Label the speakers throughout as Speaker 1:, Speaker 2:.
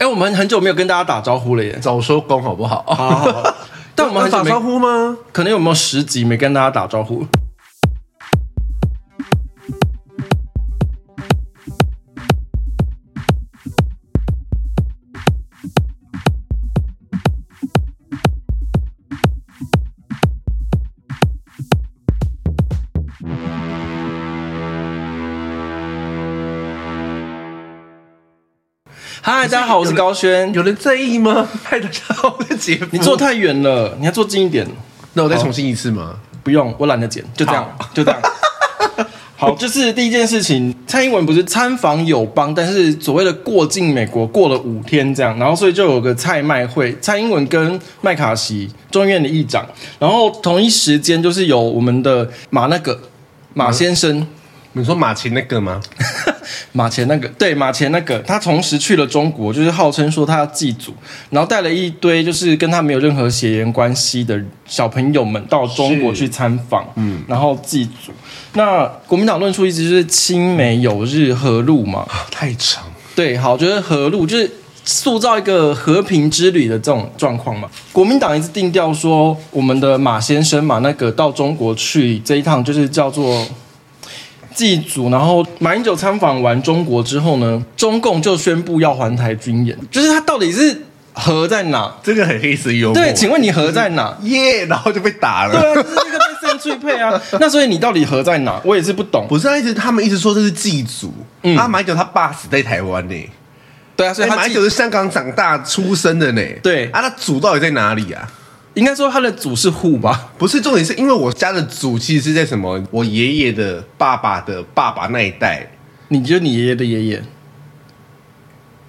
Speaker 1: 哎，我们很久没有跟大家打招呼了耶。
Speaker 2: 早收工好不好？
Speaker 1: 好好 好但我们
Speaker 2: 要
Speaker 1: 很久
Speaker 2: 打
Speaker 1: 没
Speaker 2: 招呼吗？
Speaker 1: 可能有没有十集没跟大家打招呼？嗨，大家好，我是高轩。
Speaker 2: 有人在意吗？ 嗨，大家好，我是杰夫。
Speaker 1: 你坐太远了，你要坐近一点。
Speaker 2: 那我再重新一次吗？
Speaker 1: 不用，我懒得剪，就这样，就这样。好，就是第一件事情，蔡英文不是参访友邦，但是所谓的过境美国过了五天这样，然后所以就有个蔡麦会，蔡英文跟麦卡锡众议院的议长，然后同一时间就是有我们的马那个马先生。
Speaker 2: 你说马琴那个吗？
Speaker 1: 马前那个，对马前那个，他同时去了中国，就是号称说他要祭祖，然后带了一堆就是跟他没有任何血缘关系的小朋友们到中国
Speaker 2: 是
Speaker 1: 去参访，嗯，然后祭祖。那国民党论述一直就是亲美友日和路嘛，
Speaker 2: 太长。
Speaker 1: 对，好，就是和路，就是塑造一个和平之旅的这种状况嘛。国民党一直定调说，我们的马先生嘛，那个到中国去这一趟，就是叫做祭祖。然后马英九参访完中国之后呢，中共就宣布要还台军演，就是他到底是和在哪？
Speaker 2: 这个很黑色幽默。
Speaker 1: 对，请问你和在 哪？
Speaker 2: 耶然后就被打
Speaker 1: 对
Speaker 2: 了。
Speaker 1: 啊，就是那个被胜去配啊。那所以你到底和在哪？我也是不懂。
Speaker 2: 不是啊，一直他们一直说这是祭祖。啊，马英九他爸死在台湾呢、
Speaker 1: 嗯对啊，所
Speaker 2: 所
Speaker 1: 以
Speaker 2: 以
Speaker 1: 他
Speaker 2: 哎马
Speaker 1: 祭
Speaker 2: 英九是香港长大出生的呢、
Speaker 1: 对
Speaker 2: 啊，那祖到底在哪里啊？
Speaker 1: 应该说他的祖是户吧？
Speaker 2: 不是重点，是因为我家的祖其实是在什么？我爷爷的爸爸的爸爸那一代，
Speaker 1: 你就你爷爷的爷爷，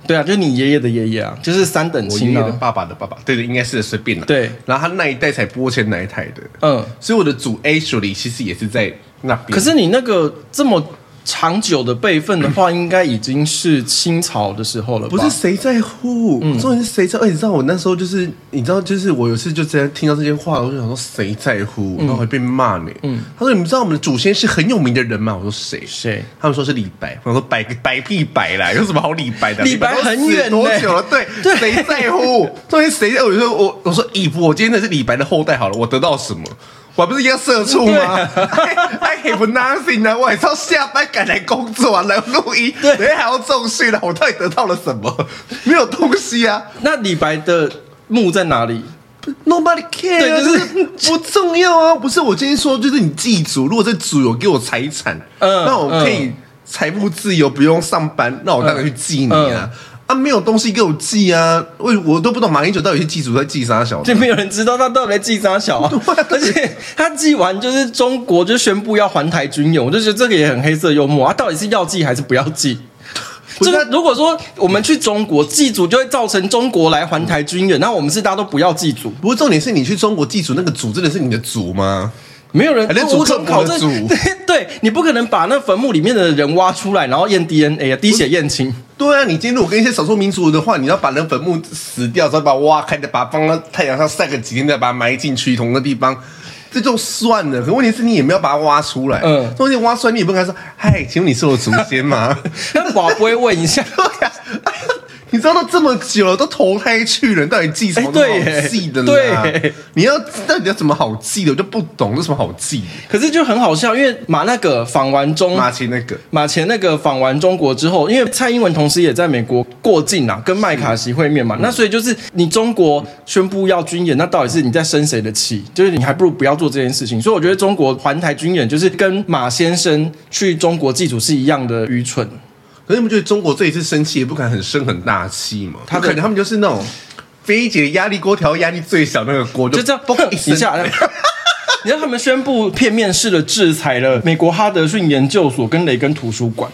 Speaker 1: 对啊，就是你爷爷的爷爷啊，就是三等
Speaker 2: 我爷
Speaker 1: 亲
Speaker 2: 爷的
Speaker 1: 啊。
Speaker 2: 爸爸的爸爸，对对，应该是随便啦。
Speaker 1: 对，
Speaker 2: 然后他那一代才播迁那一台的，
Speaker 1: 嗯，
Speaker 2: 所以我的祖 actually 其实也是在那边。
Speaker 1: 可是你那个这么长久的辈分的 话，应该已经是清朝的时候了吧？
Speaker 2: 不是谁在乎，重点是谁在乎。哎、你知道我那时候就是，你知道就是我有一次就直接听到这些话，我就想说谁在乎，然后还被骂呢。嗯，他说你们知道我们的祖先是很有名的人吗？我说谁？
Speaker 1: 谁？
Speaker 2: 他们说是李白，我说白个白屁白啦，有什么好李白的？
Speaker 1: 李白
Speaker 2: 都死
Speaker 1: 很远
Speaker 2: 多
Speaker 1: 呢
Speaker 2: 久了？ 对，谁在乎？重点是谁在乎？我说我我说以我今天的是李白的后代好了，我得到什么？我还不是一样社畜
Speaker 1: 对
Speaker 2: 吗
Speaker 1: 啊
Speaker 2: ？I I have nothing 啊！我还是要下班赶来工作啊，来录音，
Speaker 1: 对
Speaker 2: 等一下还要重训啊！我到底得到了什么？没有东西啊
Speaker 1: 那李白的墓在哪 里？
Speaker 2: ！Nobody care，
Speaker 1: 对就是
Speaker 2: 是不重要啊！不是我今天说，就是你祭祖，如果这祖有给我财产，
Speaker 1: 嗯
Speaker 2: 那我可以财富自由，不用上班，那我当然去祭你
Speaker 1: 嗯
Speaker 2: 啊！啊，没有东西给我祭啊！我我都不懂马英九到底是祭祖在祭啥小的
Speaker 1: 就没有人知道他到底在记啥 小啊。而且他记完就是中国就宣布要还台军演，我就觉得这个也很黑色幽默啊，到底是要记还是不要记？
Speaker 2: 不
Speaker 1: 就是是如果说我们去中国祭祖，就会造成中国来还台军演，那我们是大家都不要祭祖，
Speaker 2: 不过重点是你去中国祭祖，那个祖真的是你的祖吗？
Speaker 1: 没有人
Speaker 2: 还在
Speaker 1: 无
Speaker 2: 祖克
Speaker 1: 从
Speaker 2: 伯
Speaker 1: 考
Speaker 2: 的
Speaker 1: 证
Speaker 2: 祖。
Speaker 1: 对，对你不可能把那坟墓里面的人挖出来，然后验 DNA 啊，滴血验亲。
Speaker 2: 对啊，你今天如果跟一些少数民族的话，你要把人坟墓死掉，再把它挖开，再把它放到太阳上晒个几天，再把它埋进去同个地方，这就算了。可问题是你也没有把它挖出来，
Speaker 1: 嗯
Speaker 2: 嗯，中间挖出来你也不能跟他说，嗨，请问你是我祖先吗？
Speaker 1: 那宝不会问一下，
Speaker 2: 对啊，你知道都这么久了，都投胎去了，你到底记什么
Speaker 1: 哎
Speaker 2: 那
Speaker 1: 对
Speaker 2: 么
Speaker 1: 耶
Speaker 2: 好记的啦？
Speaker 1: 对耶
Speaker 2: 你要到底要怎么好记的？我就不懂，有什么好记的？
Speaker 1: 可是就很好笑，因为马那个访完中
Speaker 2: 马奇那个。
Speaker 1: 马前那个访完中国之后，因为蔡英文同时也在美国过境啊，跟麦卡锡会面嘛，那所以就是你中国宣布要军演，那到底是你在生谁的气？就是你还不如不要做这件事情。所以我觉得中国环台军演就是跟马先生去中国祭祖是一样的愚蠢。
Speaker 2: 可是你们觉得中国这一次生气也不敢很生很大气嘛？
Speaker 1: 他
Speaker 2: 他
Speaker 1: 的
Speaker 2: 可能他们就是那种飞姐压力锅调压力最小那个锅，
Speaker 1: 就这样
Speaker 2: 嘣
Speaker 1: 砰
Speaker 2: 一声
Speaker 1: 一下。你知道他们宣布片面式的制裁了美国哈德逊研究所跟雷根图书馆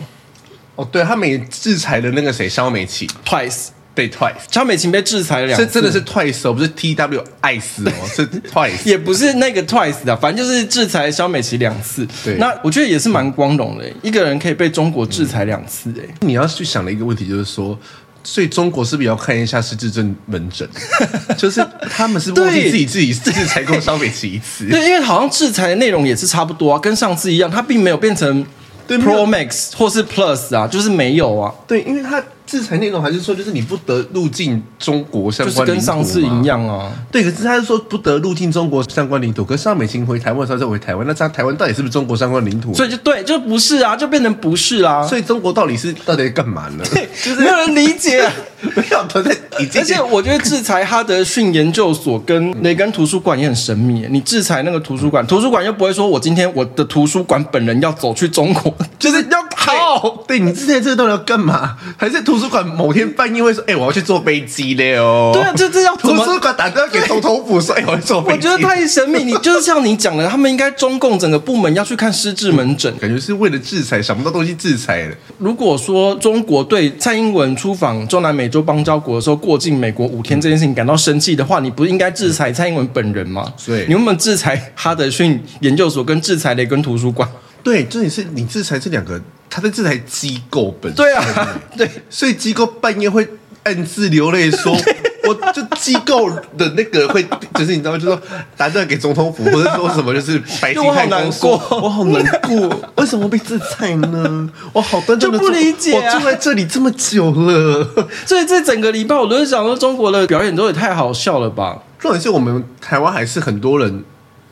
Speaker 2: 哦，对他们也制裁了那个谁肖美琴，
Speaker 1: twice，
Speaker 2: 对 Twice，
Speaker 1: 张美琴被制裁了两
Speaker 2: 这
Speaker 1: 次，
Speaker 2: 真的是 Twice 哦，不是 T W 艾斯 哦，是 Twice。
Speaker 1: 也不是那个 Twice 的，反正就是制裁肖美琪两次。
Speaker 2: 对
Speaker 1: 那我觉得也是蛮光荣的，欸一个人可以被中国制裁两次，哎、
Speaker 2: 你要去想的一个问题就是说。所以中国是不是也要看一下失智症门 诊？就是他们是不是忘
Speaker 1: 对
Speaker 2: 记自己自己制裁过肖美琪一次，
Speaker 1: 对，因为好像制裁的内容也是差不多啊，跟上次一样，它并没有变成
Speaker 2: 对没
Speaker 1: Pro
Speaker 2: 有
Speaker 1: Max 或是 Plus 啊，就是没有啊。
Speaker 2: 对，因为他制裁内容还是说，就是你不得入境中国相
Speaker 1: 就是
Speaker 2: 关领
Speaker 1: 跟
Speaker 2: 土
Speaker 1: 上次
Speaker 2: 吗
Speaker 1: 一。样啊。
Speaker 2: 对，可是他是说不得入境中国相关领土，可是尚美琴回台湾的时候再回台湾，那他台湾到底是不是中国相关领土？
Speaker 1: 所以就对，就不是啊，就变成不是啊。
Speaker 2: 所以中国到底是到底在干嘛呢？
Speaker 1: 没有人理解、
Speaker 2: 没有 他在已 经
Speaker 1: 而且我觉得制裁哈德逊研究所跟雷根图书馆也很神秘耶。你制裁那个图书馆，图书馆又不会说我今天我的图书馆本人要走去中国，就是要逃。
Speaker 2: 对你之前这个到底要干嘛？还是图书馆某天半夜会说，哎、我要去坐飞机了哦。
Speaker 1: 对啊，这这要怎
Speaker 2: 图
Speaker 1: 么
Speaker 2: 书馆打电话给总统府说，哎、我要去坐 飞
Speaker 1: 我
Speaker 2: 机。
Speaker 1: 觉得太神秘，你就是像你讲的，他们应该中共整个部门要去看失智门诊。
Speaker 2: 感觉是为了制裁，想不到东西制裁了。
Speaker 1: 如果说中国对蔡英文出访中南美洲邦交国的时候过境美国五天这件事情感到生气的话，你不是应该制裁蔡英文本人吗？
Speaker 2: 对
Speaker 1: 你有没有制裁哈德逊研究所跟制裁雷根图书馆？
Speaker 2: 对，重点是你制裁这两个，他在制裁机构本身。
Speaker 1: 对啊，对，
Speaker 2: 所以机构半夜会暗自流 泪说。我就机构的那个会，就是你知道，就说打电话给总统府，或者说什么，就是白金汉宫说，我好难过，为什么被制裁呢？我好端端的
Speaker 1: 就不理解啊
Speaker 2: 我住在这里这么久了。
Speaker 1: 所以这整个礼拜我都在想说，中国的表演都也太好笑了吧？
Speaker 2: 重点是我们台湾还是很多人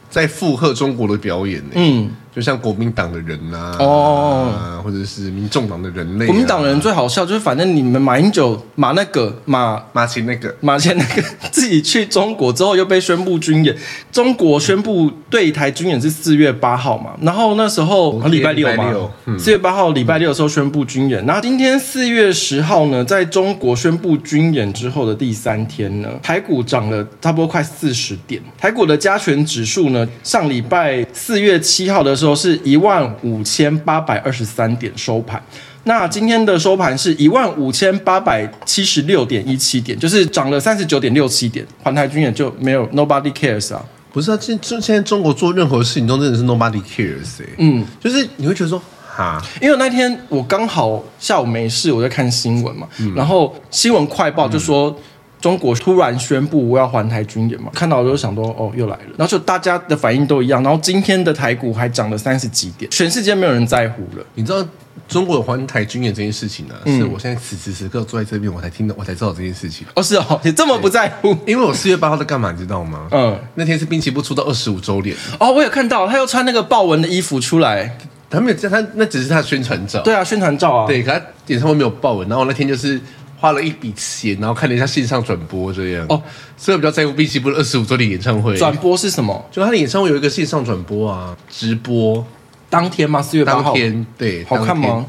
Speaker 2: 在附和中国的表演、欸，
Speaker 1: 嗯，
Speaker 2: 就像国民党的人呐、啊，
Speaker 1: 哦，
Speaker 2: 或者是民众党的人类、啊
Speaker 1: 国民党人最好笑就是，反正你们马英九、马那个、马
Speaker 2: 马奇那个，
Speaker 1: 马前那个自己去中国之后又被宣布军演，中国宣布对台军演是四月八号嘛，然后那时候
Speaker 2: 昨
Speaker 1: 啊
Speaker 2: 天
Speaker 1: 礼拜六
Speaker 2: 哦礼拜
Speaker 1: 嘛
Speaker 2: 六，嗯
Speaker 1: 四月八号礼拜六的时候宣布军演，然后今天四月十号呢，在中国宣布军演之后的第三天呢，台股涨了差不多快四十点，台股的加权指数呢，上礼拜四月七号的时候是一万五千八百二十三点收盘。那今天的收盘是一万五千八百七十六点一七点，就是涨了三十九点六七点。环台军演就没有 nobody cares 啊，
Speaker 2: 不是啊，现现现在中国做任何事情都真的是 nobody cares，、欸、
Speaker 1: 嗯，
Speaker 2: 就是你会觉得说，哈，
Speaker 1: 因为那天我刚好下午没事，我在看新闻嘛，然后新闻快报就说。中国突然宣布要还台军演嘛，看到我就想说，哦，又来了。然后就大家的反应都一样，然后今天的台股还涨了三十几点，全世界没有人在乎了。
Speaker 2: 你知道中国有环台军演这件事情呢、啊，
Speaker 1: 嗯
Speaker 2: 是我现在此时此刻坐在这边，我才听到，我才知道这件事情。
Speaker 1: 哦，是哦，你这么不在乎？
Speaker 2: 因为我四月八号在干嘛，你知道吗？
Speaker 1: 嗯，
Speaker 2: 那天是滨崎步出道二十五周年，
Speaker 1: 哦，我有看到，他又穿那个豹纹的衣服出来。
Speaker 2: 他没有，他那只是他的宣传照。
Speaker 1: 对啊，宣传照啊。
Speaker 2: 对，可他演唱会没有报文，然后我那天就是花了一笔钱，然后看了一下线上转播这样。
Speaker 1: 哦
Speaker 2: 哦，所以我比较在乎滨崎步的二十五周年演唱会。
Speaker 1: 转播是什么？
Speaker 2: 就他的演唱会有一个线上转播啊，直播
Speaker 1: 当天吗？四月八
Speaker 2: 当
Speaker 1: 号。
Speaker 2: 天对，
Speaker 1: 好看
Speaker 2: 当天
Speaker 1: 吗？？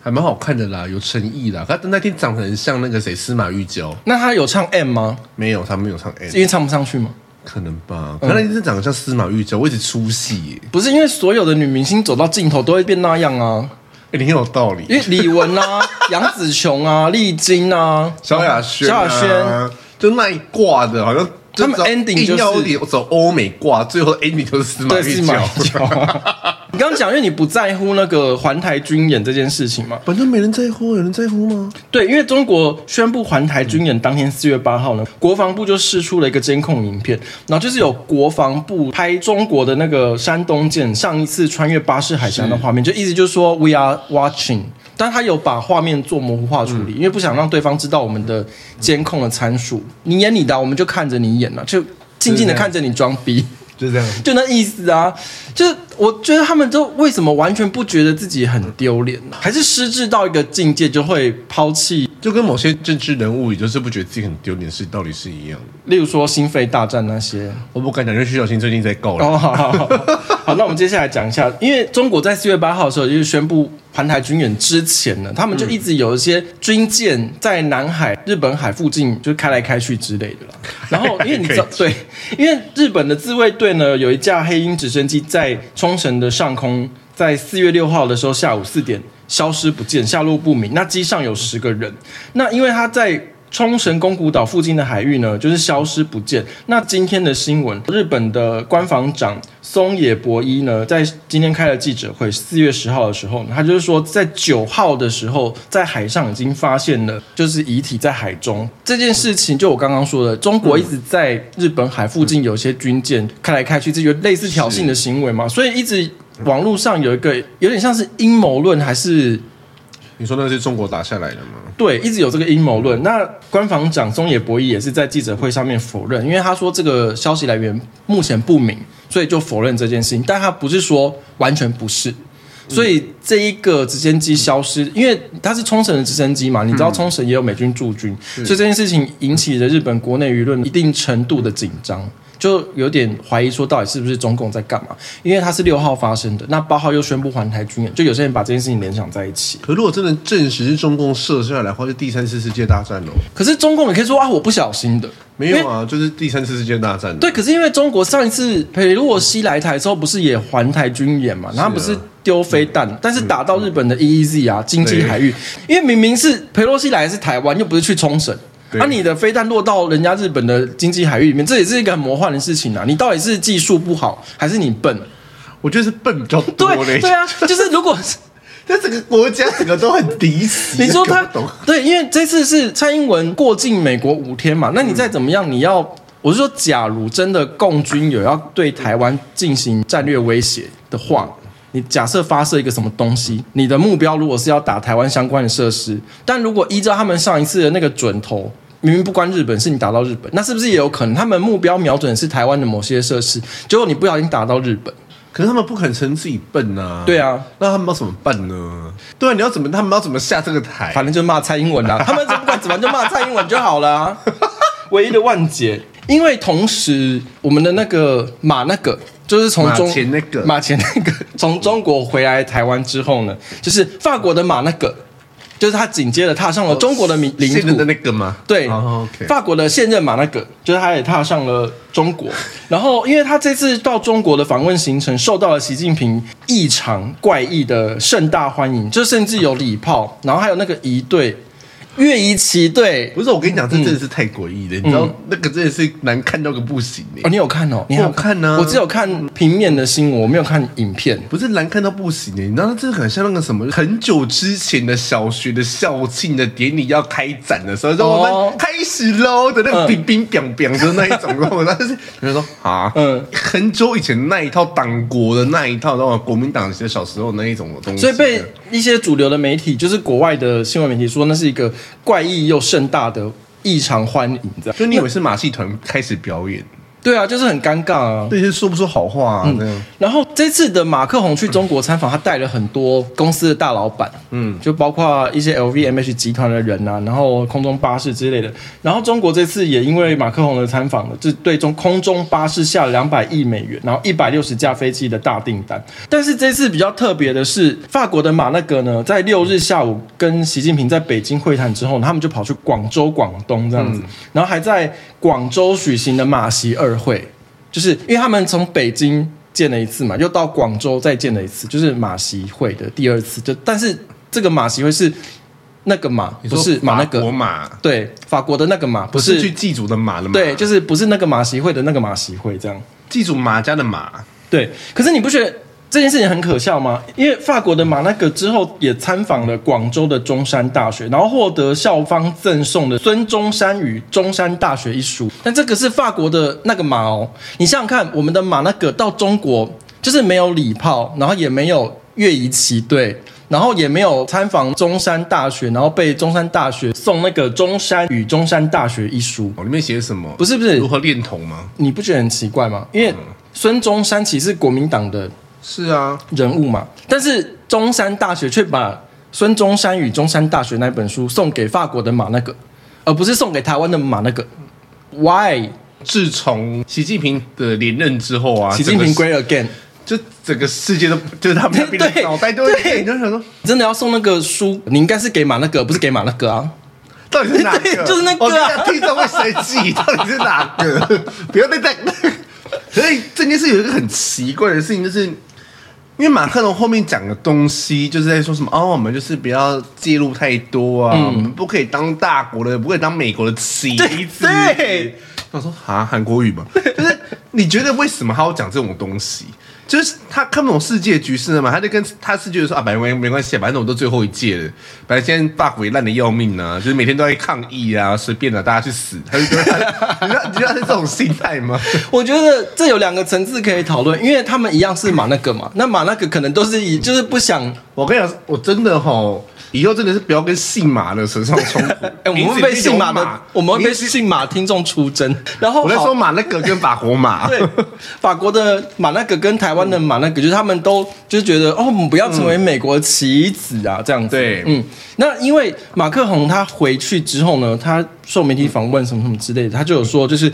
Speaker 2: 还蛮好看的啦，有诚意啦。他那天长得很像那个谁司马玉娇，
Speaker 1: 那他有唱 M 吗？
Speaker 2: 没有，他没有唱 N，
Speaker 1: 因为唱不上去吗？
Speaker 2: 可能吧？可能那天长得像司马玉娇，我一直出戏耶、
Speaker 1: 不是，因为所有的女明星走到尽头都会变那样啊，
Speaker 2: 哎，你很有道理。
Speaker 1: 因为李玟 啊、杨紫琼啊、丽晶啊、
Speaker 2: 萧亚轩、
Speaker 1: 萧亚
Speaker 2: 啊，
Speaker 1: 轩，
Speaker 2: 就那一挂的，好像
Speaker 1: 他们
Speaker 2: 就只要
Speaker 1: ending 就是
Speaker 2: 硬要点走欧美挂，最后 ending 就是司马
Speaker 1: 对，
Speaker 2: 玉
Speaker 1: 是马
Speaker 2: 娇。
Speaker 1: 娇啊。你刚刚讲，因为你不在乎那个环台军演这件事情嘛？
Speaker 2: 反正没人在乎，有人在乎吗？
Speaker 1: 对，因为中国宣布环台军演当天四月八号呢，国防部就释出了一个监控影片，然后就是有国防部拍中国的那个山东舰上一次穿越巴士海峡的画面，就意思就是说 we are watching。但他有把画面做模糊化处理，因为不想让对方知道我们的监控的参数。你演你的啊，我们就看着你演了、就静静的看着你装逼。
Speaker 2: 就这样。
Speaker 1: 就那意思啊，就是我觉得他们都为什么完全不觉得自己很丢脸呢？还是失智到一个境界就会抛弃，
Speaker 2: 就跟某些政治人物，也就是不觉得自己很丢脸的事，道理是一样的。
Speaker 1: 例如说心肺大战那些。
Speaker 2: 我不敢讲，因为徐小新最近在告了。
Speaker 1: 哦，好好好，好，那我们接下来讲一下，因为中国在四月八号的时候就是宣布盘台军演之前呢，他们就一直有一些军舰在南海、日本海附近就是开来开去之类的啦。然后因为你知道，对，因为日本的自卫队呢有一架黑鹰直升机在冲绳的上空，在四月六号的时候下午四点消失不见，下落不明。那机上有十个人，那因为他在。冲绳宫古岛附近的海域呢，就是消失不见。那今天的新闻，日本的官房长松野博一呢，在今天开了记者会，四月十号的时候呢，他就是说，在九号的时候，在海上已经发现了，就是遗体在海中这件事情。就我刚刚说的，中国一直在日本海附近有一些军舰开来开去，这有类似挑衅的行为嘛，所以一直网络上有一个有点像是阴谋论还是
Speaker 2: 你说那是中国打下来的吗？
Speaker 1: 对，一直有这个阴谋论。那官方长中野博一也是在记者会上面否认，因为他说这个消息来源目前不明，所以就否认这件事情。但他不是说完全不是，所以这一个直升机消失，因为它是冲绳的直升机嘛，你知道冲绳也有美军驻军，所以这件事情引起了日本国内舆论一定程度的紧张。就有点怀疑说，到底是不是中共在干嘛？因为它是六号发生的，那八号又宣布还台军演，就有些人把这件事情联想在一起。
Speaker 2: 可如果真的证实是中共射下来的话，是第三次世界大战喽？
Speaker 1: 可是中共也可以说啊，我不小心的，
Speaker 2: 没有啊，就是第三次世界大战啊。
Speaker 1: 对，可是因为中国上一次佩洛西来台之后，不是也环台军演
Speaker 2: 啊
Speaker 1: 嘛？然后不是丢飞弹，
Speaker 2: 嗯
Speaker 1: 但是打到日本的 EEZ 啊，经济海域。因为明明是佩洛西来的是台湾，又不是去冲绳。
Speaker 2: 对
Speaker 1: 啊，你的飞弹落到人家日本的经济海域里面，这也是一个很魔幻的事情啊！你到底是技术不好，还是你笨？
Speaker 2: 我觉得是笨比较多嘞
Speaker 1: 对。对啊，就是如果
Speaker 2: 但整个国家整个都很敌视。
Speaker 1: 你说他
Speaker 2: 搞不懂
Speaker 1: 对，因为这次是蔡英文过境美国五天嘛，那你再怎么样，你要我是说，假如真的共军有要对台湾进行战略威胁的话，你假设发射一个什么东西，你的目标如果是要打台湾相关的设施，但如果依照他们上一次的那个准头。明明不关日本，是你打到日本，那是不是也有可能他们目标瞄准是台湾的某些设施，结果你不小心打到日本？
Speaker 2: 可是他们不肯承认自己笨呐、啊。
Speaker 1: 对啊，
Speaker 2: 那他们要怎么办呢？对啊，你要怎么？他们要怎么下这个台？
Speaker 1: 反正就骂蔡英文啦、啊 他们不管怎么样就骂蔡英文就好了、啊唯一的万劫，因为同时我们的那个马那个。就是从中
Speaker 2: 马前那个
Speaker 1: 马前那个从中国回来台湾之后呢，就是法国的马那个，就是他紧接着踏上了中国的民领
Speaker 2: 现在哦
Speaker 1: 土，
Speaker 2: 的那个吗？
Speaker 1: 对、
Speaker 2: 哦，OK。
Speaker 1: 法国的现任马那个，就是他也踏上了中国。然后，因为他这次到中国的访问行程受到了习近平异常怪异的盛大欢迎，就甚至有礼炮，然后还有那个仪队、乐仪旗队。
Speaker 2: 不是，我跟你讲，这真的是太诡异了。你知
Speaker 1: 嗯
Speaker 2: 道那个真的是难看到个不行哎、
Speaker 1: 哦，你有看哦？你还有
Speaker 2: 我有看啊嗯
Speaker 1: 我只有看平面的新闻，我没有看影片。
Speaker 2: 不是难看到不行的、欸你知道，这很像那个什么，很久之前的小学的校庆的典礼要开展的时候，说
Speaker 1: 哦
Speaker 2: 我们开始喽的那个
Speaker 1: 嗯
Speaker 2: 冰冰冰冰的那一种，然后我当时就说啊，
Speaker 1: 嗯
Speaker 2: 嗯，很久以前那一套党国的那一套，然后国民党其实小时候那一种东西，
Speaker 1: 所以被一些主流的媒体，就是国外的新闻媒体说那是一个怪异又盛大的异常欢迎，这样
Speaker 2: 就你以为是马戏团开始表演，
Speaker 1: 对啊，就是很尴尬啊。
Speaker 2: 那些说不出好话啊，那样。
Speaker 1: 嗯然后这次的马克宏去中国参访，他带了很多公司的大老板，嗯，就包括一些 LVMH 集团的人啊，然后空中巴士之类的。然后中国这次也因为马克宏的参访呢，就对中空中巴士下了两百亿美元，然后一百六十架飞机的大订单。但是这次比较特别的是，法国的马那个呢，在六日下午跟习近平在北京会谈之后，他们就跑去广州、广东这样子，然后还在广州举行了马习二会。就是因为他们从北京见了一次嘛，又到广州再见了一次，就是马习会的第二次。就但是这个马习会是那个马，
Speaker 2: 你
Speaker 1: 不
Speaker 2: 说
Speaker 1: 是马那
Speaker 2: 法国
Speaker 1: 个，
Speaker 2: 马，
Speaker 1: 对，法国的那个马，不
Speaker 2: 不是去
Speaker 1: 是，
Speaker 2: 祭祖的马的马，
Speaker 1: 对，就是是不是那个马习会的那个马习会这样。
Speaker 2: 祭祖马家的马。
Speaker 1: 对，可是你不觉得这件事情很可笑吗？因为法国的马那个之后也参访了广州的中山大学，然后获得校方赠送的《孙中山与中山大学》一书。但这个是法国的那个马哦，你想想看，我们的马那个到中国就是没有礼炮，然后也没有乐仪旗队。然后也没有参访中山大学，然后被中山大学送那个《中山与中山大学》一书，
Speaker 2: 哦，里面写什么？
Speaker 1: 不是不是
Speaker 2: 如，何恋童吗？
Speaker 1: 你不觉得很奇怪吗？因为孙中山其实是国民党的
Speaker 2: 是啊，
Speaker 1: 人物嘛，但是中山大学却把孙中山与中山大学那本书送给法国的马那个，而不是送给台湾的马那个。Why？
Speaker 2: 自从习近平的连任之后啊，
Speaker 1: 习近平
Speaker 2: 整个
Speaker 1: great again，
Speaker 2: 就整个世界都就是他们那边的
Speaker 1: 对
Speaker 2: 脑袋都会
Speaker 1: 对
Speaker 2: 你就想说，
Speaker 1: 真的要送那个书，你应该是给马那个，不是给马那个啊。
Speaker 2: 到底是哪
Speaker 1: 对
Speaker 2: 个？
Speaker 1: 就是那个啊
Speaker 2: 我跟你讲听众会生气， 到底是哪个？不要再再。 所以这件事有一个很奇怪的事情，就是。因为马克龙后面讲的东西，就是在说什么哦，我们就是不要介入太多
Speaker 1: 嗯
Speaker 2: 啊，我们不可以当大国的，不可以当美国的棋子。
Speaker 1: 对对
Speaker 2: 我说啊，韩国语嘛， 就是你觉得为什么他要讲这种东西？就是他看不懂世界局势了嘛，他就跟他是觉得说啊，反正没关系啊，反正我都最后一届了，反正现在法国也烂的要命啊，就是每天都在抗议啊，随便啊，大家去死，他就觉得他， 你知道你知道是这种心态吗？
Speaker 1: 我觉得这有两个层次可以讨论，因为他们一样是马那个嘛，那马那个可能都是以就是不想
Speaker 2: 我跟你讲，我真的吼，以后真的是不要跟姓马的扯上冲突。哎、
Speaker 1: 哎，我们会被姓马的，我们会被
Speaker 2: 你
Speaker 1: 姓马听众出征。然后
Speaker 2: 我在
Speaker 1: 好
Speaker 2: 说马那个跟法国马，
Speaker 1: 对，法国的马那个跟台湾的马那个，就是他们都就是觉得哦，我们不要成为美国棋子啊，这样子。
Speaker 2: 对
Speaker 1: 嗯，那因为马克宏他回去之后呢，他受媒体访问什么什么之类的，他就有说，就是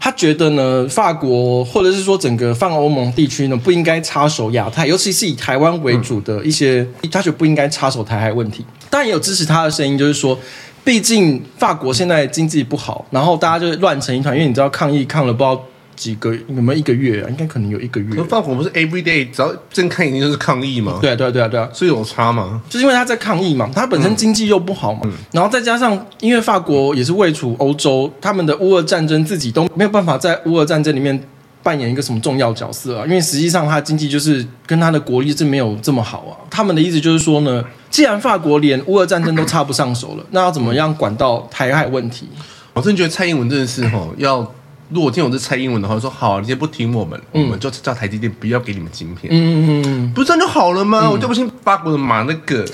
Speaker 1: 他觉得呢，法国或者是说整个泛欧盟地区呢，不应该插手亚太，尤其是以台湾为主的一些，他觉得不应该插手台海问题。当然也有支持他的声音，就是说。毕竟法国现在经济不好，然后大家就乱成一团，因为你知道抗议抗了不知道几个有没有一个月啊？应该可能有一个月
Speaker 2: 可。是法国不是 every day 只要睁开眼睛就是抗议吗？
Speaker 1: 对啊对啊对啊对啊，
Speaker 2: 所以有差吗？
Speaker 1: 就是因为他在抗议嘛，他本身经济又不好嘛，然后再加上因为法国也是位处欧洲，他们的乌俄战争自己都没有办法在乌俄战争里面扮演一个什么重要角色啊，因为实际上他经济就是跟他的国力是没有这么好啊。他们的意思就是说呢，既然法国连乌俄战争都插不上手了，那要怎么样管到台海问题？
Speaker 2: 我真的觉得蔡英文真的是吼，要如果今天我是蔡英文的话，我说好，你先不听我们，我们就叫台积电不要给你们晶片，
Speaker 1: 嗯嗯嗯。
Speaker 2: 不是这样就好了吗？我就不信法国的马那个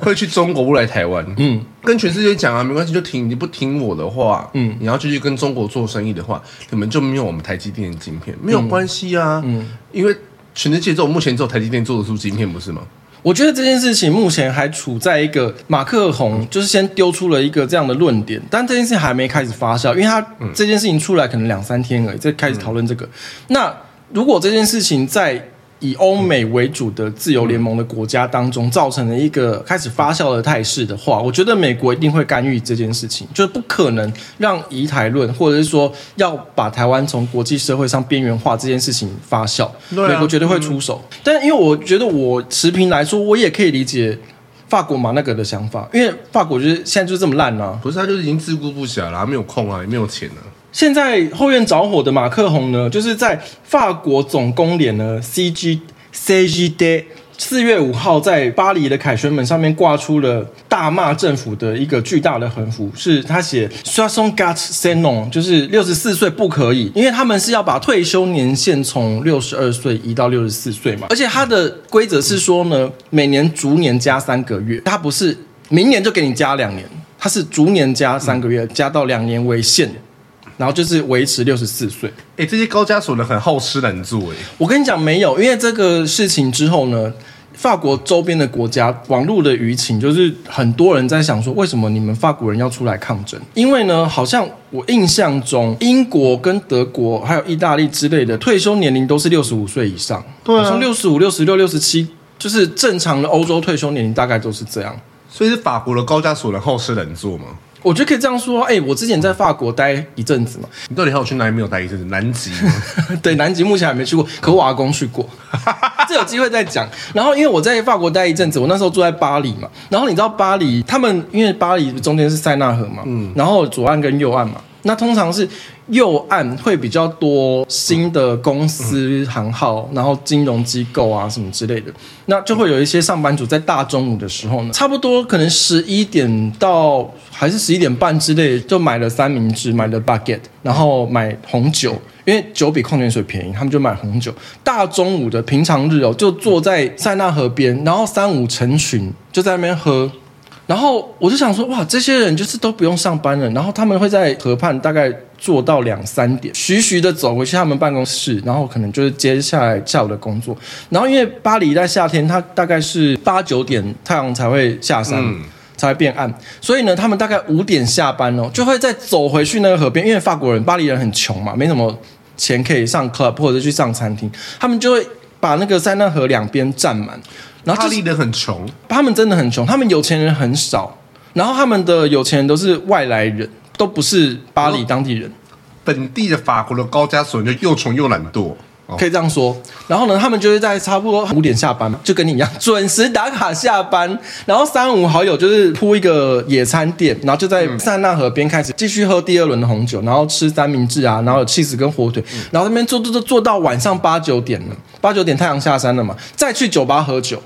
Speaker 2: 会去中国不来台湾，嗯，跟全世界讲啊，没关系，就听你不听我的话，嗯，你要继续跟中国做生意的话，你们就没有我们台积电的晶片，没有关系啊，嗯，因为全世界只有目前只有台积电做得出晶片，不是吗？
Speaker 1: 我觉得这件事情目前还处在一个马克宏就是先丢出了一个这样的论点，但这件事情还没开始发酵，因为他这件事情出来可能两三天而已，再开始讨论这个。那如果这件事情在以欧美为主的自由联盟的国家当中造成了一个开始发酵的态势的话，我觉得美国一定会干预这件事情，就是不可能让以台论或者是说要把台湾从国际社会上边缘化这件事情发酵，
Speaker 2: 对啊
Speaker 1: 美国绝对会出手。但因为我觉得我持平来说，我也可以理解法国马那个的想法，因为法国就是现在就是这么烂啊。
Speaker 2: 不是，他就是已经自顾不暇了、他没有空啊，也没有钱啊。
Speaker 1: 现在后院着火的马克宏呢，就是在法国总公联呢 CG CG Day 四月五号在巴黎的凯旋门上面挂出了大骂政府的一个巨大的横幅，是他写 s o s o n g a t s e n o n 就是六十四岁不可以，因为他们是要把退休年限从六十二岁移到六十四岁嘛，而且它的规则是说呢，每年逐年加三个月，它不是明年就给你加两年，它是逐年加三个月，加到两年为限。然后就是维持六十四岁。
Speaker 2: 哎、这些高加索人很好吃懒做、哎，
Speaker 1: 我跟你讲没有，因为这个事情之后呢，法国周边的国家网络的舆情就是很多人在想说，为什么你们法国人要出来抗争？因为呢，好像我印象中，英国跟德国还有意大利之类的退休年龄都是六十五岁以上，
Speaker 2: 对啊
Speaker 1: 好像六十五、六十六、六十七，就是正常的欧洲退休年龄大概都是这样。
Speaker 2: 所以是法国的高加索人好吃懒做吗？
Speaker 1: 我觉得可以这样说，哎、我之前在法国待一阵子嘛，
Speaker 2: 你到底还有去哪里没有待一阵子？南极 吗？
Speaker 1: 对，南极目前还没去过，可我阿公去过，这有机会再讲。然后因为我在法国待一阵子，我那时候住在巴黎嘛，然后你知道巴黎，他们因为巴黎中间是塞纳河嘛，然后左岸跟右岸嘛，那通常是右岸会比较多新的公司行号，然后金融机构啊什么之类的，那就会有一些上班族在大中午的时候呢，差不多可能十一点到还是十一点半之类，就买了三明治，买了 baguette，然后买红酒。因为酒比矿泉水便宜，他们就买红酒。大中午的平常日哦，就坐在塞纳河边，然后三五成群就在那边喝。然后我就想说，哇，这些人就是都不用上班了，然后他们会在河畔大概坐到两三点，徐徐的走回去他们办公室，然后可能就是接下来下午的工作。然后因为巴黎在夏天，它大概是八九点太阳才会下山。才会变暗，所以呢，他们大概五点下班哦，就会再走回去那个河边，因为法国人、巴黎人很穷嘛，没什么钱可以上 club 或者去上餐厅，他们就会把那个塞纳河两边占满，然后
Speaker 2: 巴
Speaker 1: 就是
Speaker 2: 黎人很穷，
Speaker 1: 他们真的很穷，他们有钱人很少，然后他们的有钱人都是外来人，都不是巴黎当地人，
Speaker 2: 哦本地的法国的高加索人就又穷又懒惰。哦
Speaker 1: 可，以这样说。然后呢，他们就会在差不多五点下班嘛，就跟你一样准时打卡下班，然后三五好友就是铺一个野餐垫，然后就在
Speaker 2: 嗯
Speaker 1: 塞纳河边开始继续喝第二轮的红酒，然后吃三明治啊，然后有 cheese 跟火腿，
Speaker 2: 嗯
Speaker 1: 然后那边坐坐坐坐到晚上八九点了，八九点太阳下山了嘛，再去酒吧喝酒。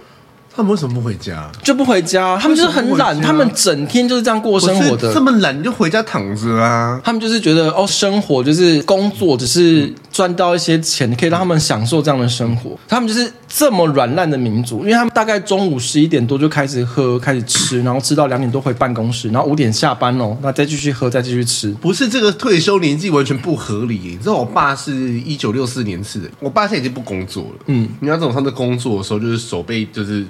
Speaker 2: 他们为什么不回家？
Speaker 1: 就不回家，他们就是很
Speaker 2: 为什么不
Speaker 1: 懒，
Speaker 2: 回家
Speaker 1: 他们整天就是这样过生活
Speaker 2: 不
Speaker 1: 的
Speaker 2: 是这。么懒你就回家躺着啊！
Speaker 1: 他们就是觉得哦，生活就是工作，只是赚到一些钱，可以让他们享受这样的生活。他们就是这么软烂的民族，因为他们大概中午十一点多就开始喝，开始吃，然后吃到两点多回办公室，然后五点下班哦，那再继续喝，再继续吃。
Speaker 2: 不是这个退休年纪完全不合理。你知道我爸是一九六四年次的，我爸现在已经不工作了。嗯，你要懂他在工作的时候，就是手背就是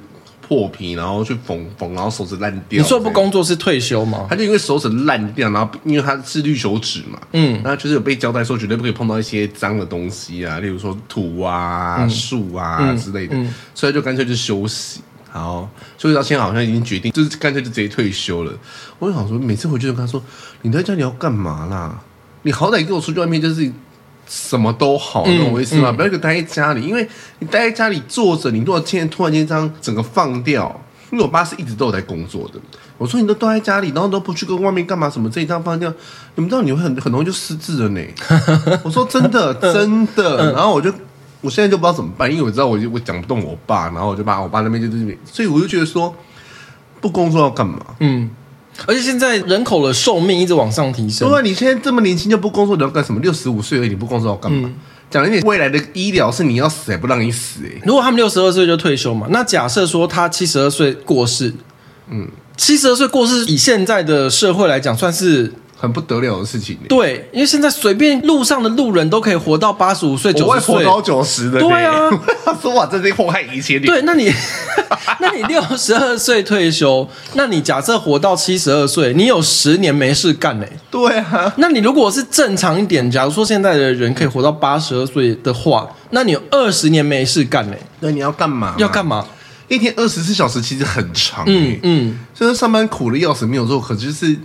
Speaker 2: 破皮，然后去缝缝，然后手指烂掉。
Speaker 1: 你说不工作是退休吗？
Speaker 2: 他就因为手指烂掉，然后因为他是绿手指嘛，嗯，那就是有被交代说绝对不可以碰到一些脏的东西啊，例如说土啊、树啊、之类的，所以他就干脆就休息。好，所以到现在好像已经决定，就是干脆就直接退休了。我就想说，每次回去就跟他说：“你在家里要干嘛啦？你好歹跟我出去外面就是什么都好，懂、我意思吗？不要一个待在家里，因为你待在家里坐着，你如果现在突然间这样整个放掉，因为我爸是一直都有在工作的。我说你都待在家里，然后都不去跟外面干嘛什么，这一张放掉，你们知道你会很很容易就失智了呢。我说真的真的，然后我就。我现在就不知道怎么办，因为我知道我就我讲不动我爸，然后我就把我爸那边就是，所以我就觉得说，不工作要干嘛？
Speaker 1: 嗯，而且现在人口的寿命一直往上提升
Speaker 2: 对。啊，你现在这么年轻就不工作，你要干什么？六十五岁而已，你不工作要干嘛？讲、一点，未来的医疗是你要死也不让你死、欸，
Speaker 1: 如果他们六十二岁就退休嘛，那假设说他七十二岁过世，嗯，七十二岁过世以现在的社会来讲，算是
Speaker 2: 很不得了的事情、欸。
Speaker 1: 对，因为现在随便路上的路人都可以活到八十五岁、
Speaker 2: 我
Speaker 1: 九
Speaker 2: 外
Speaker 1: 十
Speaker 2: 婆
Speaker 1: 岁。
Speaker 2: 都九十的、欸，
Speaker 1: 对啊，
Speaker 2: 说哇，真是祸害一切你。
Speaker 1: 对，那你， 那你六十二岁退休，那你假设活到七十二岁，你有十年没事干嘞、
Speaker 2: 对啊，
Speaker 1: 那你如果是正常一点，假如说现在的人可以活到八十二岁的话，那你有二十年没事干嘞、
Speaker 2: 那你要干嘛？
Speaker 1: 要干？嘛？
Speaker 2: 一天二十四小时其实很长、欸，
Speaker 1: 嗯嗯。
Speaker 2: 虽然上班苦的要死，没有做，可就是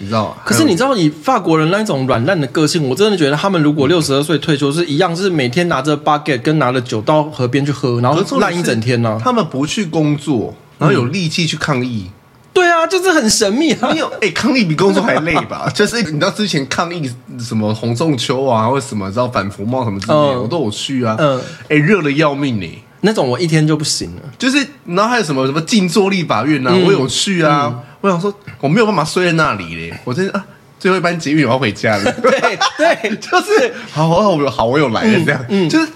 Speaker 2: 你知道，
Speaker 1: 可是你知道，以法国人那一种软烂的个性，我真的觉得他们如果六十二岁退休是一样，是每天拿着 bucket 跟拿着酒到河边去喝，然
Speaker 2: 还有
Speaker 1: 后烂一整天呢、
Speaker 2: 他们不去工作，然后有力气去抗议。
Speaker 1: 对啊，就是很神秘啊
Speaker 2: 没。有，哎、抗议比工作还累吧？ 就是你知道之前抗议什么红中秋啊，或者什么，知道反服贸什么之类的，
Speaker 1: 嗯
Speaker 2: 我都有去啊。
Speaker 1: 嗯
Speaker 2: 嗯，哎、热的要命呢、
Speaker 1: 那种我一天就不行了。
Speaker 2: 就是，然后还有什么什么静坐立法院啊，
Speaker 1: 嗯
Speaker 2: 我有去啊。我想说，我没有办法睡在那里嘞，我真的啊，最后一班捷运我要回家了。
Speaker 1: 对对，
Speaker 2: 就是好，好，我有好，我有来了这样，
Speaker 1: 嗯
Speaker 2: 就是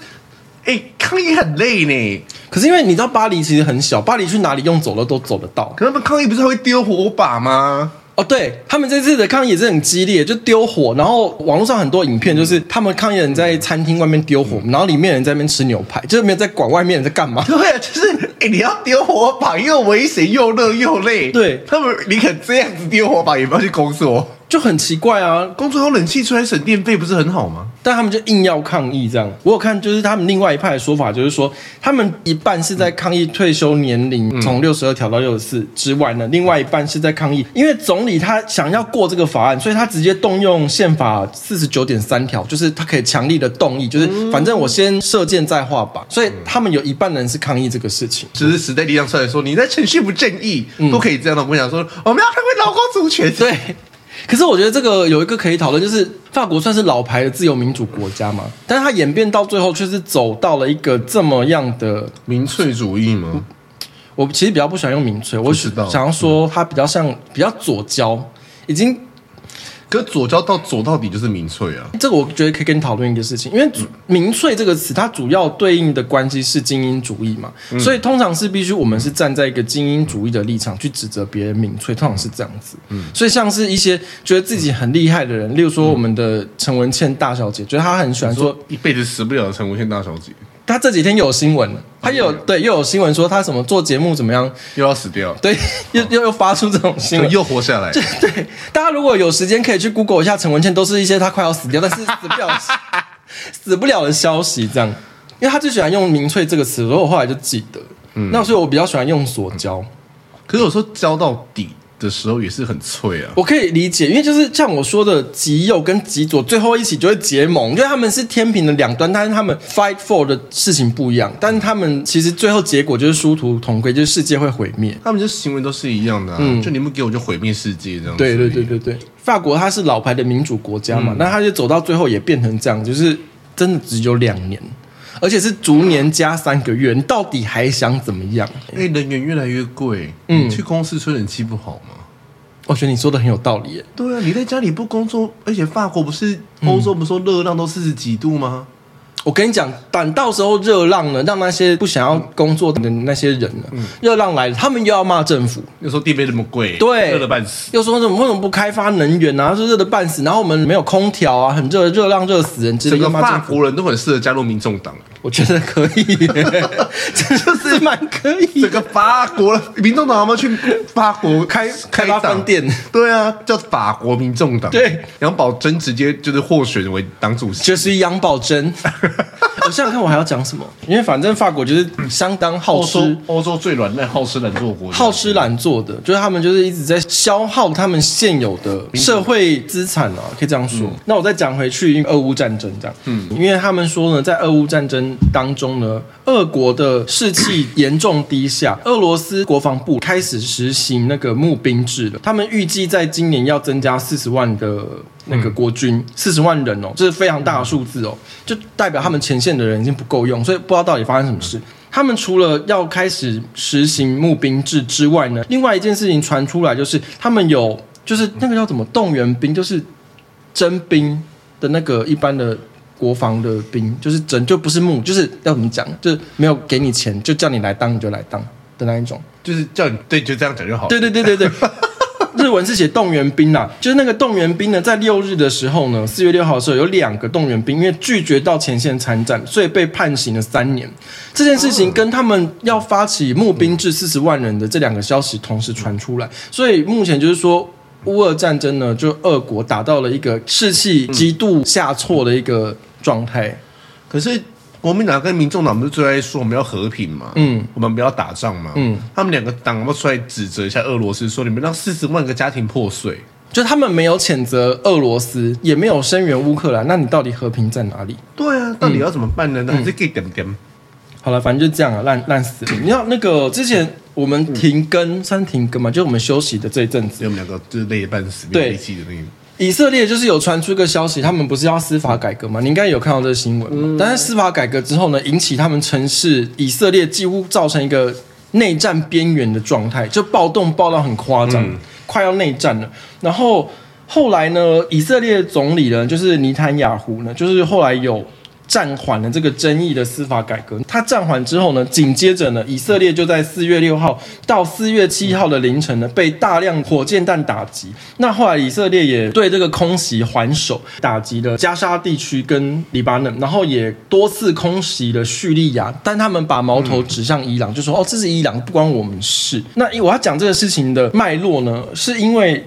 Speaker 2: 哎、抗议很累呢。
Speaker 1: 可是因为你知道巴黎其实很小，巴黎去哪里用走了都走得到。
Speaker 2: 可他们抗议不是还会丢火把吗？
Speaker 1: 哦，对他们这次的抗议也是很激烈，就丢火，然后网络上很多影片就是他们抗议人在餐厅外面丢火，然后里面人在那边吃牛排，就是没有在管外面人在干嘛。
Speaker 2: 对啊，就是哎、你要丢火把，又危险又热又累。
Speaker 1: 对
Speaker 2: 他们宁可这样子丢火把，也不要去哦工作。
Speaker 1: 就很奇怪啊。
Speaker 2: 工作有冷气出来省电费，不是很好吗？
Speaker 1: 但他们就硬要抗议这样。我有看，就是他们另外一派的说法，就是说他们一半是在抗议退休年龄从六十二调到六十四之外呢，另外一半是在抗议，因为总理他想要过这个法案，所以他直接动用宪法四十九点三条，就是他可以强力的动议，就是反正我先射箭再画靶。所以他们有一半人是抗议这个事情。
Speaker 2: 只是时代力量出来说，你在程序不正义，
Speaker 1: 嗯
Speaker 2: 都可以这样的。我想说，我们要捍卫劳工族权。
Speaker 1: 对，可是我觉得这个有一个可以讨论，就是法国算是老牌的自由民主国家嘛，但是它演变到最后却是走到了一个这么样的。
Speaker 2: 民粹主义吗？
Speaker 1: 我其实比较不喜欢用民粹，我
Speaker 2: 知道
Speaker 1: 想要说它比较像比较左交，已经
Speaker 2: 可左交到左到底就是民粹啊。
Speaker 1: 这个我觉得可以跟你讨论一个事情，因为主“民粹”这个词，它主要对应的关系是精英主义嘛，所以通常是必须我们是站在一个精英主义的立场去指责别人民粹，通常是这样子。所以像是一些觉得自己很厉害的人，例如说我们的陈文茜大小姐，觉得她很喜欢说，
Speaker 2: 一辈子死不了的陈无羡大小姐
Speaker 1: 她这几天有新闻了，她有对又有新闻说她什么做节目怎么样，
Speaker 2: 又要死掉，
Speaker 1: 对， 又又又发出这种新闻。
Speaker 2: 又活下 来。
Speaker 1: 对，大家如果有时间可以去 Google 一下陈文茜，都是一些她快要死掉，但是死不了、死不了的消息这样。因为她最喜欢用“民粹”这个词，所以我后来就记得。那所以我比较喜欢用锁胶，
Speaker 2: 可是有时候交到底的时候也是很脆啊。
Speaker 1: 我可以理解，因为就是像我说的，极右跟极左最后一起就会结盟，因为他们是天平的两端，但是他们 fight for 的事情不一样，但是他们其实最后结果就是殊途同归，就是世界会毁灭。
Speaker 2: 他们就行为都是一样的、啊，就你不给我就毁灭世界这样子。
Speaker 1: 嗯对对对对对，法国它是老牌的民主国家嘛，那它就走到最后也变成这样，就是真的只有两年，而且是逐年加三个月，你到底还想怎么样？
Speaker 2: 哎、能源越来越贵，嗯，去公司吹冷气不好吗？
Speaker 1: 我觉得你说的很有道理耶，
Speaker 2: 对啊，你在家里不工作，而且法国不是欧洲不是说热浪都四十几度吗？
Speaker 1: 我跟你讲，等到时候热浪呢，让那些不想要工作的那些人呢，热浪来了，他们又要骂政府，
Speaker 2: 那时候地费那么贵，
Speaker 1: 对，
Speaker 2: 热的半死。
Speaker 1: 又说什么为什么不开发能源啊？是热的半死，然后我们没有空调啊，很热，热浪热死人之类
Speaker 2: 整
Speaker 1: 的。又
Speaker 2: 个
Speaker 1: 骂
Speaker 2: 法
Speaker 1: 政府
Speaker 2: 国人都很适合加入民众 党，
Speaker 1: 我觉得可以耶， 这就是蛮可以
Speaker 2: 整。个法国人民众党他们去法国开
Speaker 1: 开发
Speaker 2: 党
Speaker 1: 分店，
Speaker 2: 对啊，叫法国民众党。
Speaker 1: 对，
Speaker 2: 杨宝珍直接就是获选为党主席。
Speaker 1: 就是杨宝珍，我想想看我还要讲什么，因为反正法国就是相当好
Speaker 2: 欧洲
Speaker 1: 吃。
Speaker 2: 欧洲最软烂、好吃懒做的国家，
Speaker 1: 好吃懒做的，就是他们就是一直在消耗他们现有的社会资产啊，可以这样说。那我再讲回去，因为俄乌战争这样，嗯，因为他们说呢，在俄乌战争当中呢，俄国的士气严重低下，俄罗斯国防部开始实行那个募兵制了，他们预计在今年要增加四十万的。那个国军四十万人哦，这是非常大的数字哦，就代表他们前线的人已经不够用，所以不知道到底发生什么事。他们除了要开始实行募兵制之外呢，另外一件事情传出来就是他们有就是那个叫怎么动员兵，就是征兵的那个一般的国防的兵，就是征就不是募，就是要怎么讲，就是没有给你钱就叫你来当你就来当的那一种。
Speaker 2: 就是叫你对，就这样讲就好。
Speaker 1: 对对对对对。日文是写动员兵啦、就是那个动员兵呢，在六日的时候呢，四月六号的时候，有两个动员兵因为拒绝到前线参战，所以被判刑了三年。这件事情跟他们要发起募兵制四十万人的这两个消息同时传出来，所以目前就是说。乌俄战争呢，就俄国达到了一个士气极度下挫的一个状态。
Speaker 2: 可是国民党跟民众党不是最爱说我们要和平嘛，
Speaker 1: 嗯，
Speaker 2: 我们不要打仗嘛，
Speaker 1: 嗯，
Speaker 2: 他们两个党要不要出来指责一下俄罗斯，说你们让四十万个家庭破碎？
Speaker 1: 就他们没有谴责俄罗斯，也没有声援乌克兰，那你到底和平在哪里？
Speaker 2: 对啊，到底要怎么办呢？那还是给点点，
Speaker 1: 好了，反正就这样啊，烂烂死了。你知道那个之前我们停更，算停更嘛，就是我们休息的这一阵
Speaker 2: 所
Speaker 1: 子
Speaker 2: 以，我们两个就是累得半死，没
Speaker 1: 对
Speaker 2: 有力气的那个。
Speaker 1: 以色列就是有传出一个消息，他们不是要司法改革嘛？你应该有看到这个新闻嘛？但是司法改革之后呢，引起他们城市以色列几乎造成一个内战边缘的状态，就暴动暴到很夸张，快要内战了。然后后来呢，以色列总理呢，就是尼坦雅胡呢，就是后来有。暂缓了这个争议的司法改革。它暂缓之后呢，紧接着呢，以色列就在四月六号到四月七号的凌晨呢，被大量火箭弹打击。那后来以色列也对这个空袭还手，打击了加沙地区跟黎巴嫩，然后也多次空袭了叙利亚，但他们把矛头指向伊朗，就说哦，这是伊朗，不关我们事。那我要讲这个事情的脉络呢，是因为。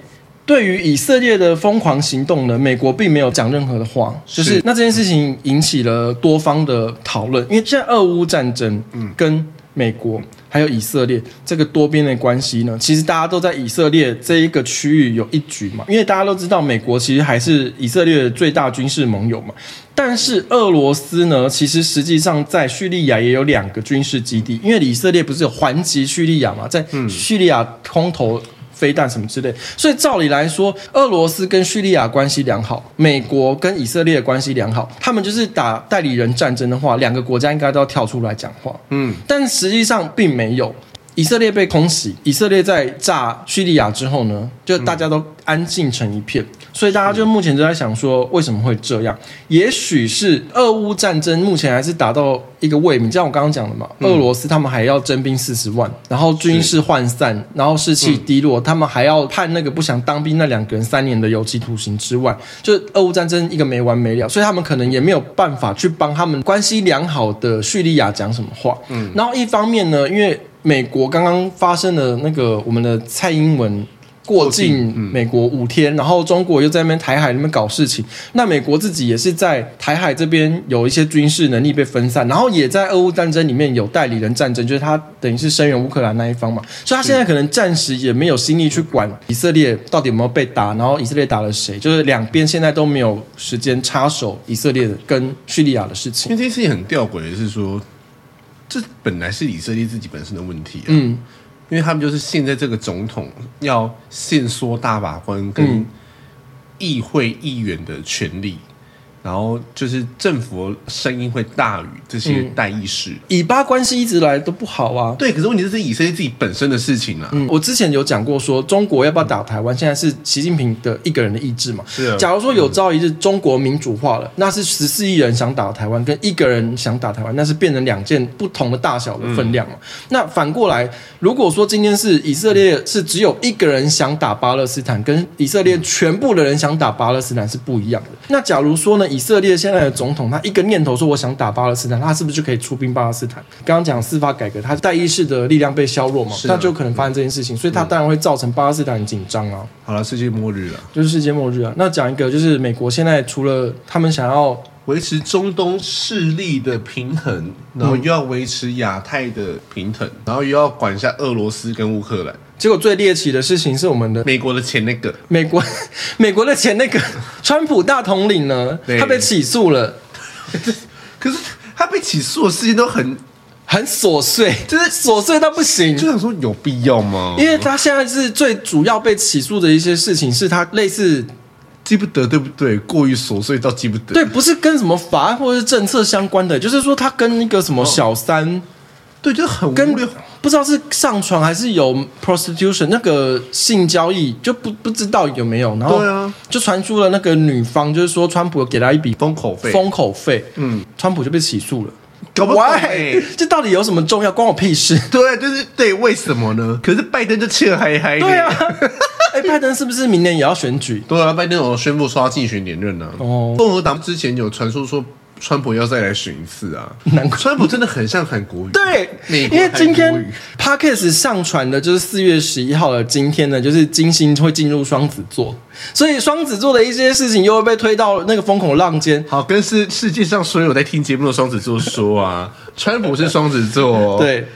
Speaker 1: 对于以色列的疯狂行动呢，美国并没有讲任何的话，就是
Speaker 2: 是
Speaker 1: 那这件事情引起了多方的讨论，因为现在俄乌战争，跟美国还有以色列这个多边的关系呢，其实大家都在以色列这一个区域有一局嘛，因为大家都知道美国其实还是以色列的最大军事盟友嘛，但是俄罗斯呢，其实实际上在叙利亚也有两个军事基地，因为以色列不是有还击叙利亚嘛，在叙利亚空投。飞弹什么之类，所以照理来说，俄罗斯跟叙利亚关系良好，美国跟以色列关系良好，他们就是打代理人战争的话，两个国家应该都要跳出来讲话。
Speaker 2: 嗯，
Speaker 1: 但实际上并没有。以色列被空袭，以色列在炸叙利亚之后呢，就大家都安静成一片，所以大家就目前就在想说，为什么会这样？也许是俄乌战争目前还是达到一个未明，像我刚刚讲的嘛，俄罗斯他们还要征兵四十万，然后军事涣散，然后士气低落，他们还要判那个不想当兵那两个人三年的有期徒刑之外，就俄乌战争一个没完没了，所以他们可能也没有办法去帮他们关系良好的叙利亚讲什么话。嗯，然后一方面呢，因为美国刚刚发生了那个我们的蔡英文过境嗯美国五天，然后中国又在那边台海那边搞事情，那美国自己也是在台海这边有一些军事能力被分散，然后也在俄乌战争里面有代理人战争，就是他等于是声援乌克兰那一方嘛，所以他现在可能暂时也没有心力去管以色列到底有没有被打，然后以色列打了谁，就是两边现在都没有时间插手以色列跟叙利亚的事
Speaker 2: 因
Speaker 1: 情。
Speaker 2: 为这件事情很吊诡的是说，这本来是以色列自己本身的问题啊，
Speaker 1: 嗯，
Speaker 2: 因为他们就是现在这个总统要限缩大法官跟
Speaker 1: 嗯
Speaker 2: 议会议员的权利，然后就是政府声音会大于这些
Speaker 1: 嗯
Speaker 2: 代议士。
Speaker 1: 以巴关系一直来都不好啊。
Speaker 2: 对，可是问题是以色列自己本身的事情啊啦、
Speaker 1: 嗯，我之前有讲过说，中国要不要打台湾，现在是习近平的一个人的意志嘛。
Speaker 2: 是啊
Speaker 1: 假如说有朝一日中国民主化了，那是十四亿人想打台湾，跟一个人想打台湾，那是变成两件不同的大小的分量嘛。
Speaker 2: 嗯
Speaker 1: 那反过来，如果说今天是以色列是只有一个人想打巴勒斯坦，跟以色列全部的人想打巴勒斯坦是不一样的。那假如说呢，以色列现在的总统他一个念头说我想打巴勒斯坦，他是不是就可以出兵巴勒斯坦？刚刚讲司法改革，他代议士的力量被削弱嘛，
Speaker 2: 是啊
Speaker 1: 那就可能发生这件事情，所以他当然会造成巴勒斯坦很紧张啊。
Speaker 2: 好了，世界末日了，
Speaker 1: 就是世界末日啊。那讲一个，就是美国现在除了他们想要，
Speaker 2: 维持中东势力的平衡，然
Speaker 1: 嗯
Speaker 2: 后又要维持亚太的平衡，然后又要管一下俄罗斯跟乌克兰。
Speaker 1: 结果最猎奇的事情是我们的
Speaker 2: 美国的前那个，
Speaker 1: 美国 美国的前那个川普大统领呢，
Speaker 2: 对
Speaker 1: 他被起诉了，
Speaker 2: 可是他被起诉的事情都很，
Speaker 1: 很琐碎，
Speaker 2: 就是
Speaker 1: 琐碎到不行
Speaker 2: 就。想说有必要吗？
Speaker 1: 因为他现在是最主要被起诉的一些事情，是他类似
Speaker 2: 记不得对不对？过于琐碎到记不得。
Speaker 1: 对，不是跟什么法案或者是政策相关的，就是说他跟那个什么
Speaker 2: 哦
Speaker 1: 小三，
Speaker 2: 对，就是很
Speaker 1: 跟
Speaker 2: 无聊。
Speaker 1: 不知道是上床还是有 prostitution 那个性交易，就不不知道有没有。然后
Speaker 2: 对啊
Speaker 1: 就传出了那个女方，就是说川普有给她一笔
Speaker 2: 封口费，
Speaker 1: 封口费，
Speaker 2: 嗯，
Speaker 1: 川普就被起诉了。
Speaker 2: 搞不懂欸
Speaker 1: Why？这 到底有什么重要？关我屁 事。
Speaker 2: 对，就是对，为什么呢？可是拜登就气得嗨嗨的。
Speaker 1: 对啊， 哎、拜登是不是明年也要选举？
Speaker 2: 对啊，拜登有宣布说他竞选连任呢、啊。
Speaker 1: 哦
Speaker 2: 共和党之前有传说说川普要再来选一次啊。
Speaker 1: 难怪
Speaker 2: 川普真的很像韩国语。
Speaker 1: 对，
Speaker 2: 美
Speaker 1: 因
Speaker 2: 国
Speaker 1: 为今
Speaker 2: 韩国
Speaker 1: 天
Speaker 2: 语
Speaker 1: podcast 上传的就是四月十一号的今天呢，就是金星会进入双子座，所以双子座的一些事情又会被推到那个风口浪尖。
Speaker 2: 好，跟世世界上所有在听节目的双子座说啊，川普是双子座，，哦
Speaker 1: 对，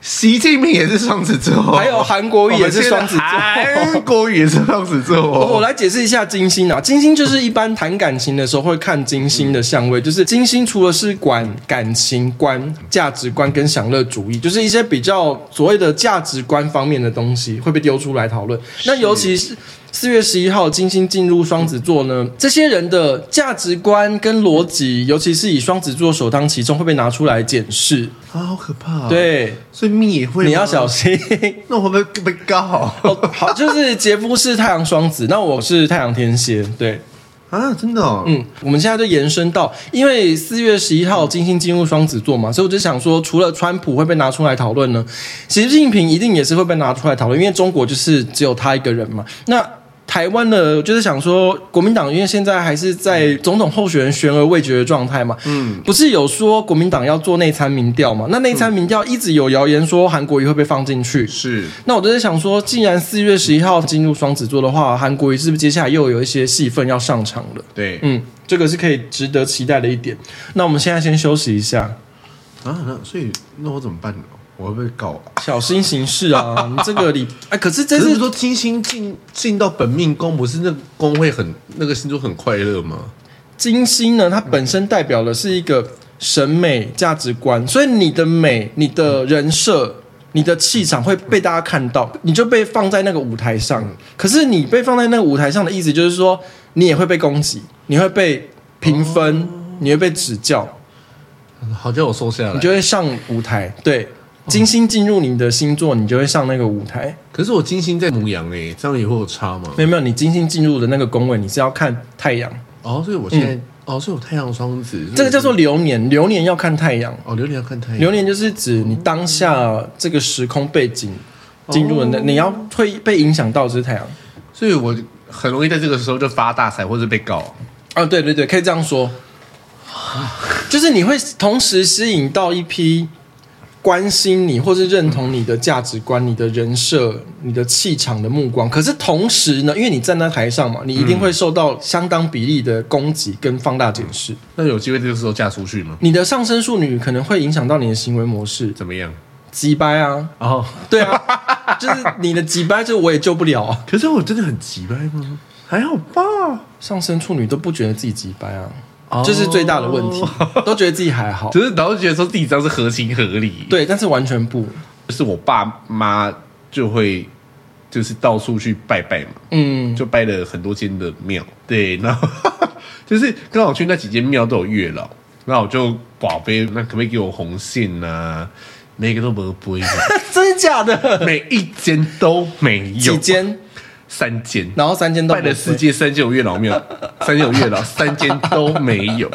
Speaker 2: 习近平也是双子座，
Speaker 1: 还有韩国瑜也是双子座
Speaker 2: 我们现在韩国瑜也是双子座。
Speaker 1: 哦我来解释一下金星啊，金星就是一般谈感情的时候会看金星的相位，就是金星除了是管感情观、价值观跟享乐主义，就是一些比较所谓的价值观方面的东西会被丢出来讨论。那尤其是。四月十一号，金星进入双子座呢，这些人的价值观跟逻辑，尤其是以双子座首当其冲，会被拿出来检视。
Speaker 2: 啊，好可怕、啊！，
Speaker 1: 对，
Speaker 2: 所以蜜也会，
Speaker 1: 你要小，心。
Speaker 2: 那我会不会被告
Speaker 1: 哦，好，就是杰夫是太阳双子，那我是太阳天蝎，对。
Speaker 2: 啊？真的、哦，
Speaker 1: 嗯，我们现在就延伸到，因为四月十一号金星进入双子座嘛，所以我就想说，除了川普会被拿出来讨论呢，习近平一定也是会被拿出来讨论，因为中国就是只有他一个人嘛。那台湾呢，就是想说，国民党因为现在还是在总统候选人悬而未决的状态嘛，嗯，不是有说国民党要做内参民调嘛？那内参民调一直有谣言说韩国瑜会被放进去，
Speaker 2: 是
Speaker 1: 那我就在想说，既然四月十一号进入双子座的话，韩国瑜是不是接下来又有一些戏份要上场了？
Speaker 2: 对、
Speaker 1: 嗯，这个是可以值得期待的一点。那我们现在先休息一下，
Speaker 2: 啊，那所以那我怎么办呢？我会不会被告、啊？
Speaker 1: 小心行事 啊！你这个礼哎，可是这
Speaker 2: 可是不
Speaker 1: 是
Speaker 2: 是说金星进进到本命宫，不是那个宫会很那个星座很快乐吗？
Speaker 1: 金星呢，它本
Speaker 2: 嗯
Speaker 1: 身代表的是一个审美价值观，所以你的美、你的人设、你的气场会被大家看到，你就被放在那个舞台上。可是你被放在那个舞台上的意思就是说，你也会被攻击，你会被评
Speaker 2: 哦
Speaker 1: 分，你会被指教，
Speaker 2: 好叫我收下来。
Speaker 1: 你就会上舞台。
Speaker 2: 哦
Speaker 1: 对，金星进入你的星座，你就会上那个舞台。
Speaker 2: 可是我金星在母羊哎、这样也会有差吗？
Speaker 1: 没有没有，你金星进入的那个宫位，你是要看太阳，
Speaker 2: 哦，所以我现在、哦，所以我太阳双子，
Speaker 1: 嗯这个叫做流年，流年要看太阳，
Speaker 2: 哦，流年要看太阳，
Speaker 1: 流年就是指你当下这个时空背景进入的那，你要会被影响到就是太阳。
Speaker 2: 所以我很容易在这个时候就发大财或者被告。
Speaker 1: 啊，对对对，可以这样说，就是你会同时吸引到一批关心你或是认同你的价值观、你的人设、你的气场的目光。可是同时呢，因为你站在台上嘛，你一定会受到相当比例的攻击跟放大检视。
Speaker 2: 那有机会这个时候嫁出去吗？
Speaker 1: 你的上升处女可能会影响到你的行为模式，
Speaker 2: 怎么样？
Speaker 1: 急掰啊，
Speaker 2: 哦，
Speaker 1: 对啊， 就是你的急掰，就我也救不了啊。
Speaker 2: 可是我真的很急掰吗？还好吧，
Speaker 1: 上升处女都不觉得自己急掰啊，
Speaker 2: 哦
Speaker 1: 这是最大的问题，都觉得自己还好
Speaker 2: 只，是然后觉得说第一张是合情合理。，
Speaker 1: 对，但是完全不，
Speaker 2: 就是我爸妈就会就是到处去拜拜嘛，
Speaker 1: 嗯，
Speaker 2: 就拜了很多间的庙，对，然后。 就是刚好去那几间庙都有月老，那我就宝贝，那可不可以给我红线啊？每个都不不会有，
Speaker 1: 真的假的？
Speaker 2: 每一间都没有，
Speaker 1: 几间？
Speaker 2: 三间，
Speaker 1: 然后三间都
Speaker 2: 拜了世
Speaker 1: 是，
Speaker 2: 界三间有月老庙，三间有月老，三间都没有。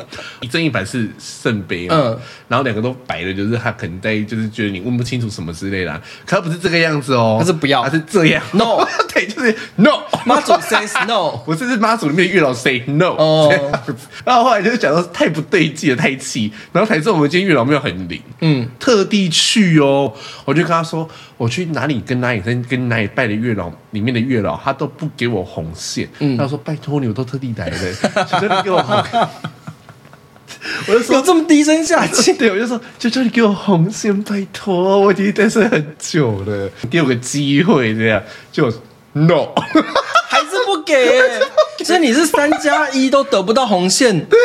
Speaker 2: 一正一反是圣杯嘛，
Speaker 1: 嗯
Speaker 2: 然后两个都白的，就是他可能在就是觉得你问不清楚什么之类的啊、可他不是这个样子哦，
Speaker 1: 他是不要
Speaker 2: 他是这样
Speaker 1: No
Speaker 2: 对，就是 no，
Speaker 1: 妈祖 says no。
Speaker 2: 我甚至妈祖里面的月老 say no，、
Speaker 1: 哦
Speaker 2: 这样子。然后后来就是讲到太不对劲了，太气，然后才知道我们今天月老庙很灵，嗯，特地去哦。我就跟他说，我去哪里跟哪里跟跟哪里拜的月老里面的月老，他都不给我红线。嗯，他说拜托你，我都特地来的， 求求你给我红。我就
Speaker 1: 有
Speaker 2: 说。？
Speaker 1: 这么低声下气
Speaker 2: 对，我就说，求求你给我红线，拜托，我已经单身很久了，给我个机会，这样就 no，
Speaker 1: 还是不给、欸？ 所以你是三加一都得不到红线，
Speaker 2: 对，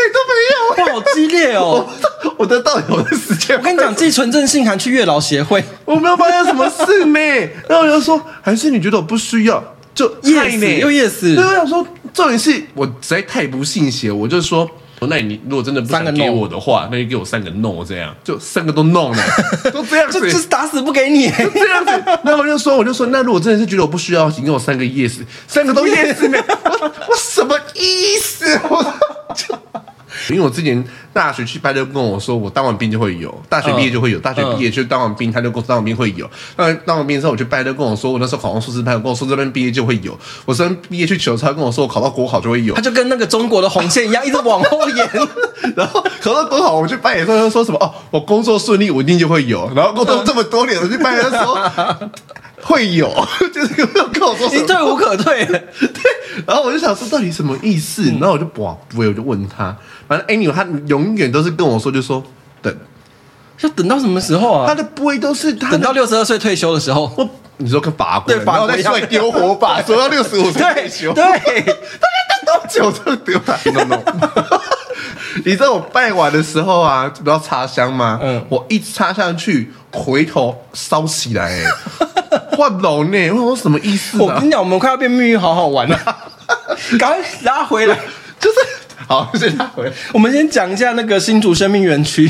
Speaker 2: 都没有。
Speaker 1: 哇，好激烈哦！
Speaker 2: 我的到底我的时间，
Speaker 1: 我跟你讲，寄存证信函去月老协会，
Speaker 2: 我没有发生什么事 妹。然后我就说，还是你觉得我不需要，就
Speaker 1: Yes，
Speaker 2: 害呢
Speaker 1: 又 yes
Speaker 2: 对，我想说，重点是我实在太不信邪，我就说。那你如果真的不
Speaker 1: 三个
Speaker 2: 想
Speaker 1: no
Speaker 2: 给我的话，那就给我三个 no 这样，就三个都 no 呢，都这样
Speaker 1: 就
Speaker 2: 子，
Speaker 1: 就是打死不给你、欸。
Speaker 2: 这样子。那我就说，我就说，那如果真的是觉得我不需要，请给我三个 yes，三个都 yes 呢？我我什么意思？我就。因为我之前大学去拜就跟我说，我当完兵就会有，大学毕业就会有，大学毕业就当完兵，他就跟我说当完兵会有。那当完兵之后，我去拜就跟我说，我那时候考上硕士班，跟我说这边毕业就会有。我这边毕业去求他跟我说，我考到国考就会有
Speaker 1: 他。就跟那个中国的红线一样，一直往后 延。
Speaker 2: 然后考到多好，我去拜的时候就说什么哦，我工作顺利，我一定就会有。然后工作这么多年，我去拜的时候 会有， 就是跟我说什
Speaker 1: 你
Speaker 2: 么。
Speaker 1: 退无可退了，
Speaker 2: 然后我就想说，到底什么意思？
Speaker 1: 嗯
Speaker 2: 然后我就哇，我就问他，反正 anyway，他永远都是跟我说，就说
Speaker 1: 啊
Speaker 2: 等，
Speaker 1: 就等到什么时候
Speaker 2: 他
Speaker 1: 啊？
Speaker 2: 的不会都是他
Speaker 1: 等到
Speaker 2: 的。
Speaker 1: 六十二岁退休的时候，
Speaker 2: 我你说跟法国人
Speaker 1: 对法国
Speaker 2: 然后在
Speaker 1: 一样
Speaker 2: 帅丢火把，说要六十五岁退
Speaker 1: 对
Speaker 2: 休，
Speaker 1: 对，
Speaker 2: 多久就丢他？No No。你知道我拜完的时候啊，不要插香吗？
Speaker 1: 嗯
Speaker 2: 我一插上去，回头烧起来、 欸，换楼呢？我说什么意思
Speaker 1: 我
Speaker 2: 啊
Speaker 1: 跟？你讲，我们快要变命运好好玩 了，赶快拉回来。
Speaker 2: 就是好，先拿回来。
Speaker 1: 我们先讲一下那个新竹生命园 区，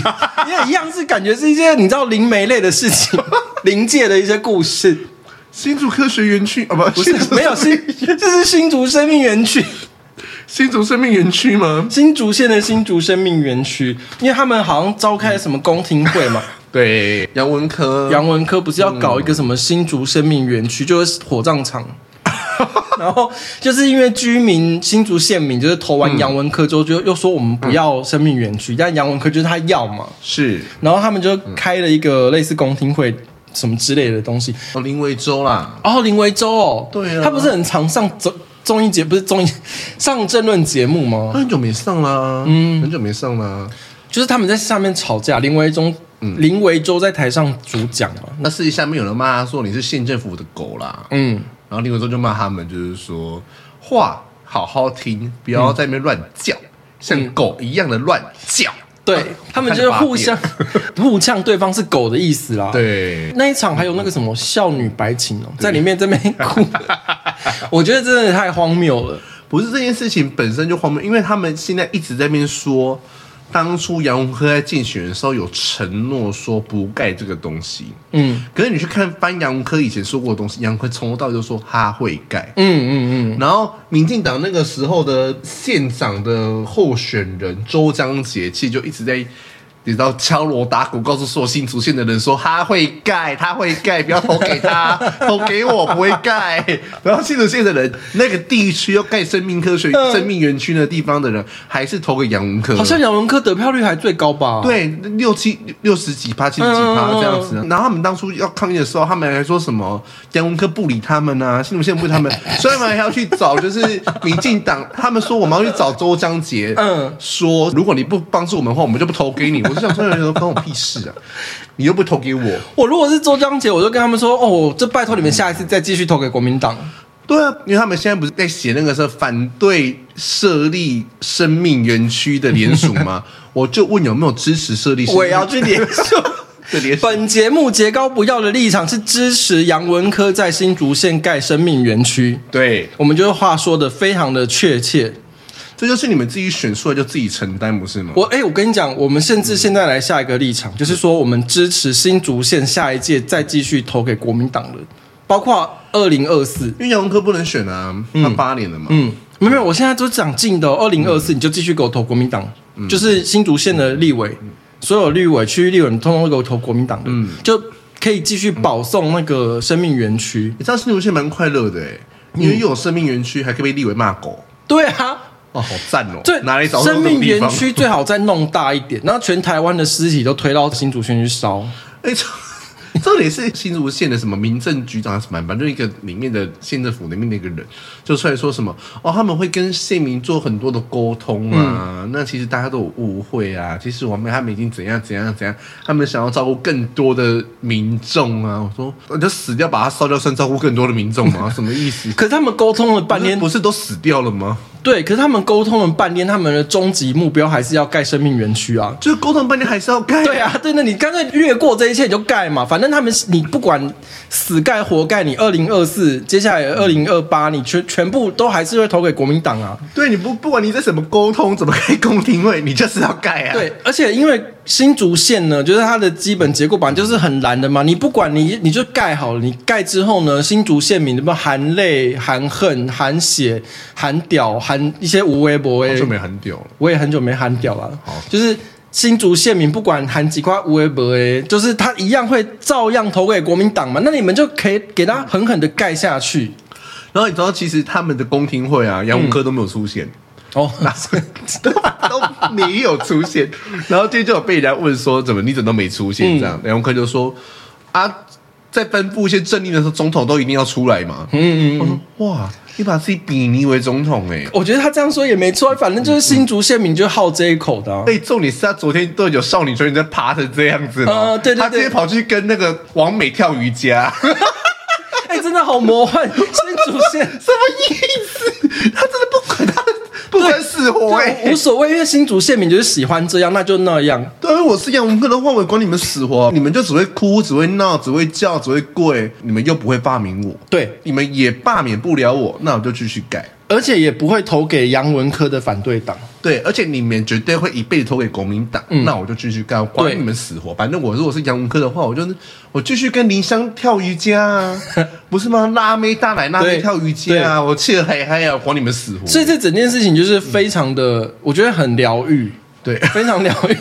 Speaker 1: 因为一样是感觉是一些你知道灵媒类的事 情，灵界的一些故事，
Speaker 2: 新竹科学园区啊，不，
Speaker 1: 不是
Speaker 2: 新竹
Speaker 1: 没有
Speaker 2: 生
Speaker 1: 新
Speaker 2: 命，
Speaker 1: 这是新竹生命园区，
Speaker 2: 新竹生命园区吗？
Speaker 1: 新竹县的新竹生命园区，因为他们好像召开了什么公听会嘛，
Speaker 2: 对，杨文科，
Speaker 1: 杨文科不是要搞一个什么新竹生命园区，就是火葬场。然后就是因为居民新竹县民就是投
Speaker 2: 嗯
Speaker 1: 完杨文科之后，就又说我们不要生命园区，但杨文科就是他要嘛，
Speaker 2: 是
Speaker 1: 然后他们就开了一个类似公听会什么之类的东西。
Speaker 2: 哦，林维洲啦，
Speaker 1: 哦，林维洲哦，
Speaker 2: 对啊
Speaker 1: 他不是很常上综综艺节，不是综艺上政论节目吗？
Speaker 2: 哦很久没上啦，嗯，很久没上啦。
Speaker 1: 就是他们在下面吵架，林维忠，
Speaker 2: 嗯
Speaker 1: 林维洲在台上主讲嘛，
Speaker 2: 那私底下面有人骂他说你是县政府的狗啦，
Speaker 1: 嗯，
Speaker 2: 然后林文洲就骂他们，就是说话好好听，不要在那边乱叫，像狗一样的乱叫。
Speaker 1: 对他们就是互相
Speaker 2: 看着
Speaker 1: 互呛对方是狗的意思啦，
Speaker 2: 发。癫对，
Speaker 1: 那一场还有那个什么少女白情哦，在里面在那边 哭，我觉得真的太荒谬了。
Speaker 2: 不是这件事情本身就荒谬，因为他们现在一直在那边说，当初杨文科在竞选的时候有承诺说不盖这个东西。
Speaker 1: 嗯
Speaker 2: 可是你去看翻杨文科以前说过的东西，杨文科从头到尾就说他会盖，
Speaker 1: 嗯嗯嗯，
Speaker 2: 然后民进党那个时候的县长的候选人周章杰，其实就一直在。你知道敲锣打鼓告诉所有新竹县的人说他会盖，他会盖，不要投给 他，投给我不会盖。然后新竹县的人，那个地区要盖生命科学、
Speaker 1: 嗯
Speaker 2: 生命园区的地方的人，还是投给杨文科。
Speaker 1: 好像杨文科得票率还最高吧？，
Speaker 2: 对，六七六十几趴、七十几
Speaker 1: 嗯
Speaker 2: 趴这样子。然后他们当初要抗议的时候，他们还说什么杨文科不理他们啊，新竹县 不理他们，所以他们还要去找就是民进党，他们说我们要去找周江杰，
Speaker 1: 嗯
Speaker 2: 说如果你不帮助我们的话，我们就不投给你。我就想说，有人关我屁事啊，你又不投给我。
Speaker 1: 我如果是周江杰，我就跟他们说，哦，这拜托你们下一次再继续投给国民党。
Speaker 2: 对啊，因为他们现在不是在写那个是反对设立生命园区的联署 吗？我就问有没有支持设立生命
Speaker 1: 我也要去联署。
Speaker 2: 的联 署。
Speaker 1: 本节目节高不要的立场是支持杨文科在新竹县盖生命园区，
Speaker 2: 对，
Speaker 1: 我们就是话说的非常的确切。
Speaker 2: 这就是你们自己选出来就自己承担，不是吗？
Speaker 1: 我哎、我跟你讲，我们甚至现在来下一个立场，就是说我们支持新竹县下一届再继续投给国民党人，包括二零二四。
Speaker 2: 因为杨文科不能选啊，他八年了嘛。
Speaker 1: 嗯，没有没有，我现在都讲近的、哦，二零二四你就继续给我投国民党，
Speaker 2: 嗯
Speaker 1: 就是新竹县的立委，所有立委、区域立委，你通通都给我投国民党的，
Speaker 2: 嗯
Speaker 1: 就可以继续保送那个生命园区。
Speaker 2: 你知道新竹县蛮快乐的哎、因为又有生命园区，还可以被立为骂狗，
Speaker 1: 对啊。
Speaker 2: 哦，好赞哦！
Speaker 1: 对，
Speaker 2: 哪里找到这
Speaker 1: 生
Speaker 2: 种
Speaker 1: 命
Speaker 2: 地
Speaker 1: 园
Speaker 2: 方？
Speaker 1: 区最好再弄大一点，然后全台湾的尸体都推到新竹县去烧。
Speaker 2: 哎、这 这里是新竹县的什么民政局长还是什么，反正一个里面的县政府里面的一个人，就出来说什么哦，他们会跟县民做很多的沟通啊。
Speaker 1: 嗯
Speaker 2: 那其实大家都有误会啊，其实我们他们已经怎样怎样怎样，他们想要照顾更多的民众啊。我说，我就死掉把它烧掉，算照顾更多的民 众吗？什么意思？
Speaker 1: 可是他们沟通了半
Speaker 2: 不是
Speaker 1: 天，
Speaker 2: 不是都死掉了吗？
Speaker 1: 对，可是他们沟通了半天，他们的终极目标还是要盖生命园区啊。
Speaker 2: 就是沟通半天还是要盖。
Speaker 1: 对啊，对，那你干脆越过这一切你就盖嘛，反正他们你不管死盖活盖，你二零二四接下来二零二八，你全全部都还是会投给国民党啊。
Speaker 2: 对，你不不管你在什么沟通，怎么开公听会，你就是要盖啊。
Speaker 1: 对，而且因为新竹县呢，就是它的基本结构本来就是很蓝的嘛，你不管你你就盖好了，你盖之后呢，新竹县民什么含泪、含恨、含血、含屌、含一些无微博
Speaker 2: 好
Speaker 1: 微
Speaker 2: 久，没很屌了。
Speaker 1: 我也很久没含屌了
Speaker 2: 好，
Speaker 1: 就是。新竹县民不管含几块无微博诶，就是他一样会照样投给国民党嘛，那你们就可以给他狠狠的盖下去
Speaker 2: 然后你知道，其实他们的公听会
Speaker 1: 嗯
Speaker 2: 啊，杨文科都没有出现，
Speaker 1: 哦。
Speaker 2: 都 都没有出现。然后今天就有被人家问说，怎么你怎么都没出
Speaker 1: 嗯
Speaker 2: 现？这样，杨文科就说啊，在颁布一些政令的时候，总统都一定要出来嘛。
Speaker 1: 嗯嗯哦嗯，
Speaker 2: 哇，你把自己比拟为总统哎、欸。
Speaker 1: 我觉得他这样说也没错，反正就是新竹县民就好这一口的、啊。
Speaker 2: 哎、重点是他昨天都有少女球员在爬成这样子嘛，哦
Speaker 1: 呃对对
Speaker 2: 他今天
Speaker 1: 对
Speaker 2: 跑去跟那个王美跳瑜伽，
Speaker 1: 哎、真的好魔幻！新竹 县
Speaker 2: 什么意思？他真的不管他的，不管死活哎、
Speaker 1: 对无所谓，因为新竹县民就是喜欢这样，那就那样。
Speaker 2: 对，我是杨文科的话，我管你们死活，你们就只会哭，只会闹，只会叫，只会跪，你们又不会罢免我，
Speaker 1: 对，
Speaker 2: 你们也罢免不了我，那我就继续改。
Speaker 1: 而且也不会投给杨文科的反对党。
Speaker 2: 对，而且你们绝对会一辈子投给国民党，那我就继续干，我
Speaker 1: 嗯
Speaker 2: 管
Speaker 1: 对
Speaker 2: 你们死活。反正我如果是杨文科的话，我就是我继续跟林湘跳瑜伽啊， 不是吗？辣妹大奶辣妹
Speaker 1: 对
Speaker 2: 跳瑜伽啊，我气得嗨嗨啊，我管你们死活。
Speaker 1: 所以这整件事情就是非常的，我觉得很疗愈，
Speaker 2: 对，
Speaker 1: 非常疗愈。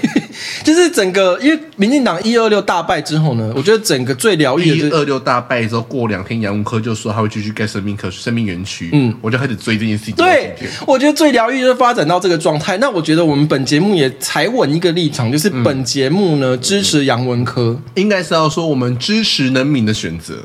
Speaker 1: 就是整个，因为民进党一二六大败之后呢，我觉得整个最疗愈
Speaker 2: 一
Speaker 1: 的就是
Speaker 2: 二六大败之后，过两天杨文科就说他会继续盖生命科生命园区，嗯，我就开始追这件事情。
Speaker 1: 对，我觉得最疗愈就是发展到这个状态。那我觉得我们本节目也踩稳一个立场，就是本节目呢、支持杨文科。
Speaker 2: 应该是要说我们支持人民的选择，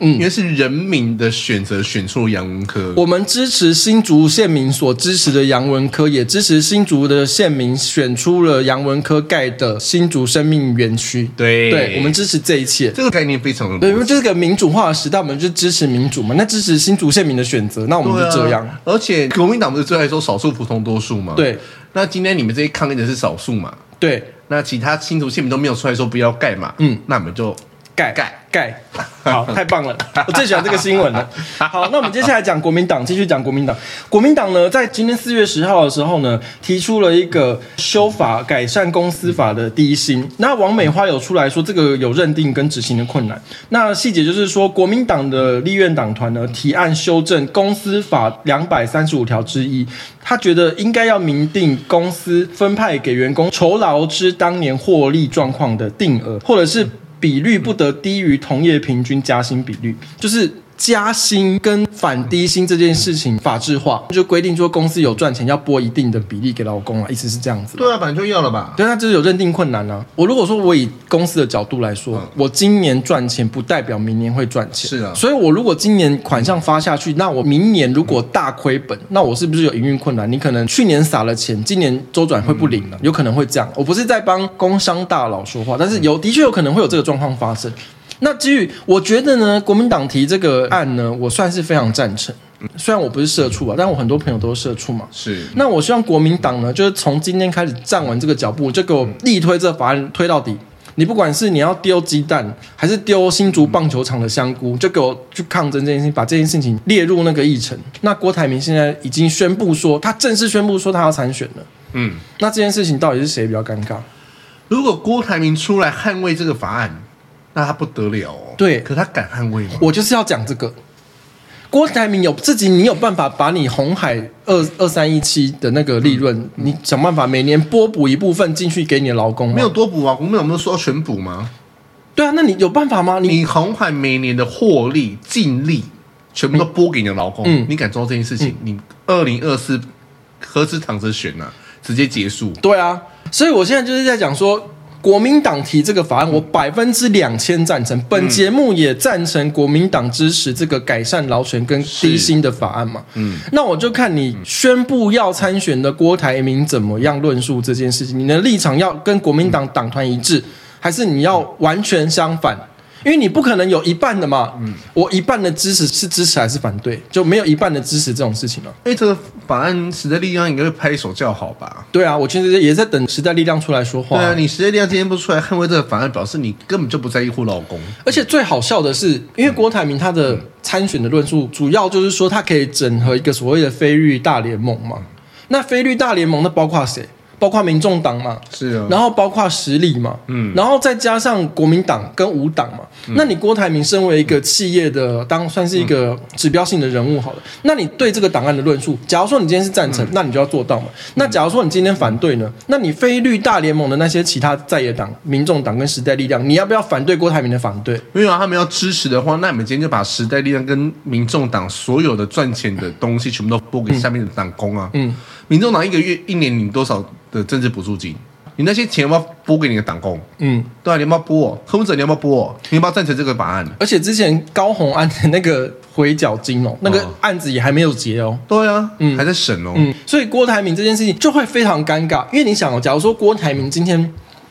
Speaker 1: 嗯
Speaker 2: 因为是人民的选择选出了杨文科。
Speaker 1: 我们支持新竹县民所支持的杨文科，也支持新竹的县民选出了杨文科盖的新竹生命园区。
Speaker 2: 对
Speaker 1: 对，我们支持这一切。
Speaker 2: 这个概念非常的
Speaker 1: 对，因为这是个民主化的时代，我们就支持民主嘛。那支持新竹县民的选择，那我们
Speaker 2: 对啊
Speaker 1: 就这样。
Speaker 2: 而且国民党不是最爱说少数服从多数吗？
Speaker 1: 对。
Speaker 2: 那今天你们这些抗议的是少数嘛？
Speaker 1: 对，
Speaker 2: 那其他新竹县民都没有出来说不要盖嘛？
Speaker 1: 嗯，
Speaker 2: 那我们就
Speaker 1: 盖
Speaker 2: 盖
Speaker 1: 盖，好，太棒了！我最喜欢这个新闻了。好，那我们接下来讲国民党，继续讲国民党。国民党呢，在今天四月十号的时候呢，提出了一个修法改善公司法的低薪。那王美花有出来说，这个有认定跟执行的困难。那细节就是说，国民党的立院党团呢，提案修正公司法两百三十五条之一，他觉得应该要明定公司分派给员工酬劳之当年获利状况的定额，或者是。比率不得低于同业平均加薪比率，就是加薪跟反低薪这件事情法制化，就规定说公司有赚钱要拨一定的比例给劳工啊，意思是这样子。
Speaker 2: 对啊，反正就要了吧？
Speaker 1: 对，那就是有认定困难啊。我如果说我以公司的角度来说，我今年赚钱不代表明年会赚钱，
Speaker 2: 嗯是啊
Speaker 1: 所以我如果今年款项发下去，那我明年如果大亏本，那我是不是有营运困难？你可能去年撒了钱，今年周转会不灵
Speaker 2: 嗯
Speaker 1: 了，有可能会这样。我不是在帮工商大佬说话，但是
Speaker 2: 嗯
Speaker 1: 有的确有可能会有这个状况发生。那基于我觉得呢，国民党提这个案呢，我算是非常赞成。
Speaker 2: 嗯
Speaker 1: 虽然我不是社畜啊，但我很多朋友都是社畜嘛，
Speaker 2: 是。
Speaker 1: 那我希望国民党呢，就是从今天开始站稳这个脚步，就给我力推这法案推到底。你不管是你要丢鸡蛋，还是丢新竹棒球场的香菇，就给我去抗争这件事情，把这件事情列入那个议程。那郭台铭现在已经宣布说，他正式宣布说他要参选了。
Speaker 2: 嗯，
Speaker 1: 那这件事情到底是谁比较尴尬？
Speaker 2: 如果郭台铭出来捍卫这个法案，那他不得了哦。
Speaker 1: 对
Speaker 2: 可他敢捍卫吗？
Speaker 1: 我就是要讲这个。郭台铭有自己，你有办法把你红海二二三一七的那个利润，你想办法每年拨补一部分进去给你的劳工吗？
Speaker 2: 没有，多补啊，我们有没有说要全补吗？
Speaker 1: 对啊，那你有办法吗？你
Speaker 2: 你红海每年的获利、净利，全部都拨给你的劳工，
Speaker 1: 嗯
Speaker 2: 你敢做这件事情？你二零二四何止躺着选呢、直接结束。
Speaker 1: 对啊，所以我现在就是在讲说，国民党提这个法案，我百分之两千赞成。本节目也赞成国民党支持这个改善劳权跟低薪的法案嘛。
Speaker 2: 嗯，
Speaker 1: 那我就看你宣布要参选的郭台铭怎么样论述这件事情，你的立场要跟国民党党团一致，还是你要完全相反？因为你不可能有一半的嘛，
Speaker 2: 嗯
Speaker 1: 我一半的支持是支持还是反对，就没有一半的支持这种事情了、
Speaker 2: 哎、这个法案时代力量应该会拍手叫好吧？
Speaker 1: 对啊，我其实也在等时代力量出来说话
Speaker 2: 对
Speaker 1: 啊、
Speaker 2: 啊，你时代力量今天不出来捍卫这个法案，表示你根本就不在乎劳工。
Speaker 1: 而且最好笑的是，因为郭台铭他的参选的论述，主要就是说他可以整合一个所谓的非绿大联盟嘛。那非绿大联盟那包括谁？包括民众党嘛，
Speaker 2: 是啊，
Speaker 1: 然后包括实力嘛，嗯，然后再加上国民党跟五党嘛，那你郭台铭身为一个企业的当算是一个指标性的人物好了，那你对这个档案的论述，假如说你今天是赞成，那你就要做到嘛。那假如说你今天反对呢，那你非绿大联盟的那些其他在野党、民众党跟时代力量，你要不要反对郭台铭的反对？
Speaker 2: 没有啊，他们要支持的话，那你们今天就把时代力量跟民众党所有的赚钱的东西全部都拨给下面的党工啊。
Speaker 1: 嗯，
Speaker 2: 民众党一个月一年领多少的政治补助金？你那些钱要不要拨给你的党工？
Speaker 1: 嗯，
Speaker 2: 对啊，你要不要拨哦？柯文哲你要不要拨哦？你要不要赞成这个法案？
Speaker 1: 而且之前高红安的那个回缴金哦，那个
Speaker 2: 哦
Speaker 1: 案子也还没有结哦。
Speaker 2: 对啊，
Speaker 1: 嗯
Speaker 2: 还在审哦。
Speaker 1: 嗯，所以郭台铭这件事情就会非常尴尬，因为你想哦，假如说郭台铭今天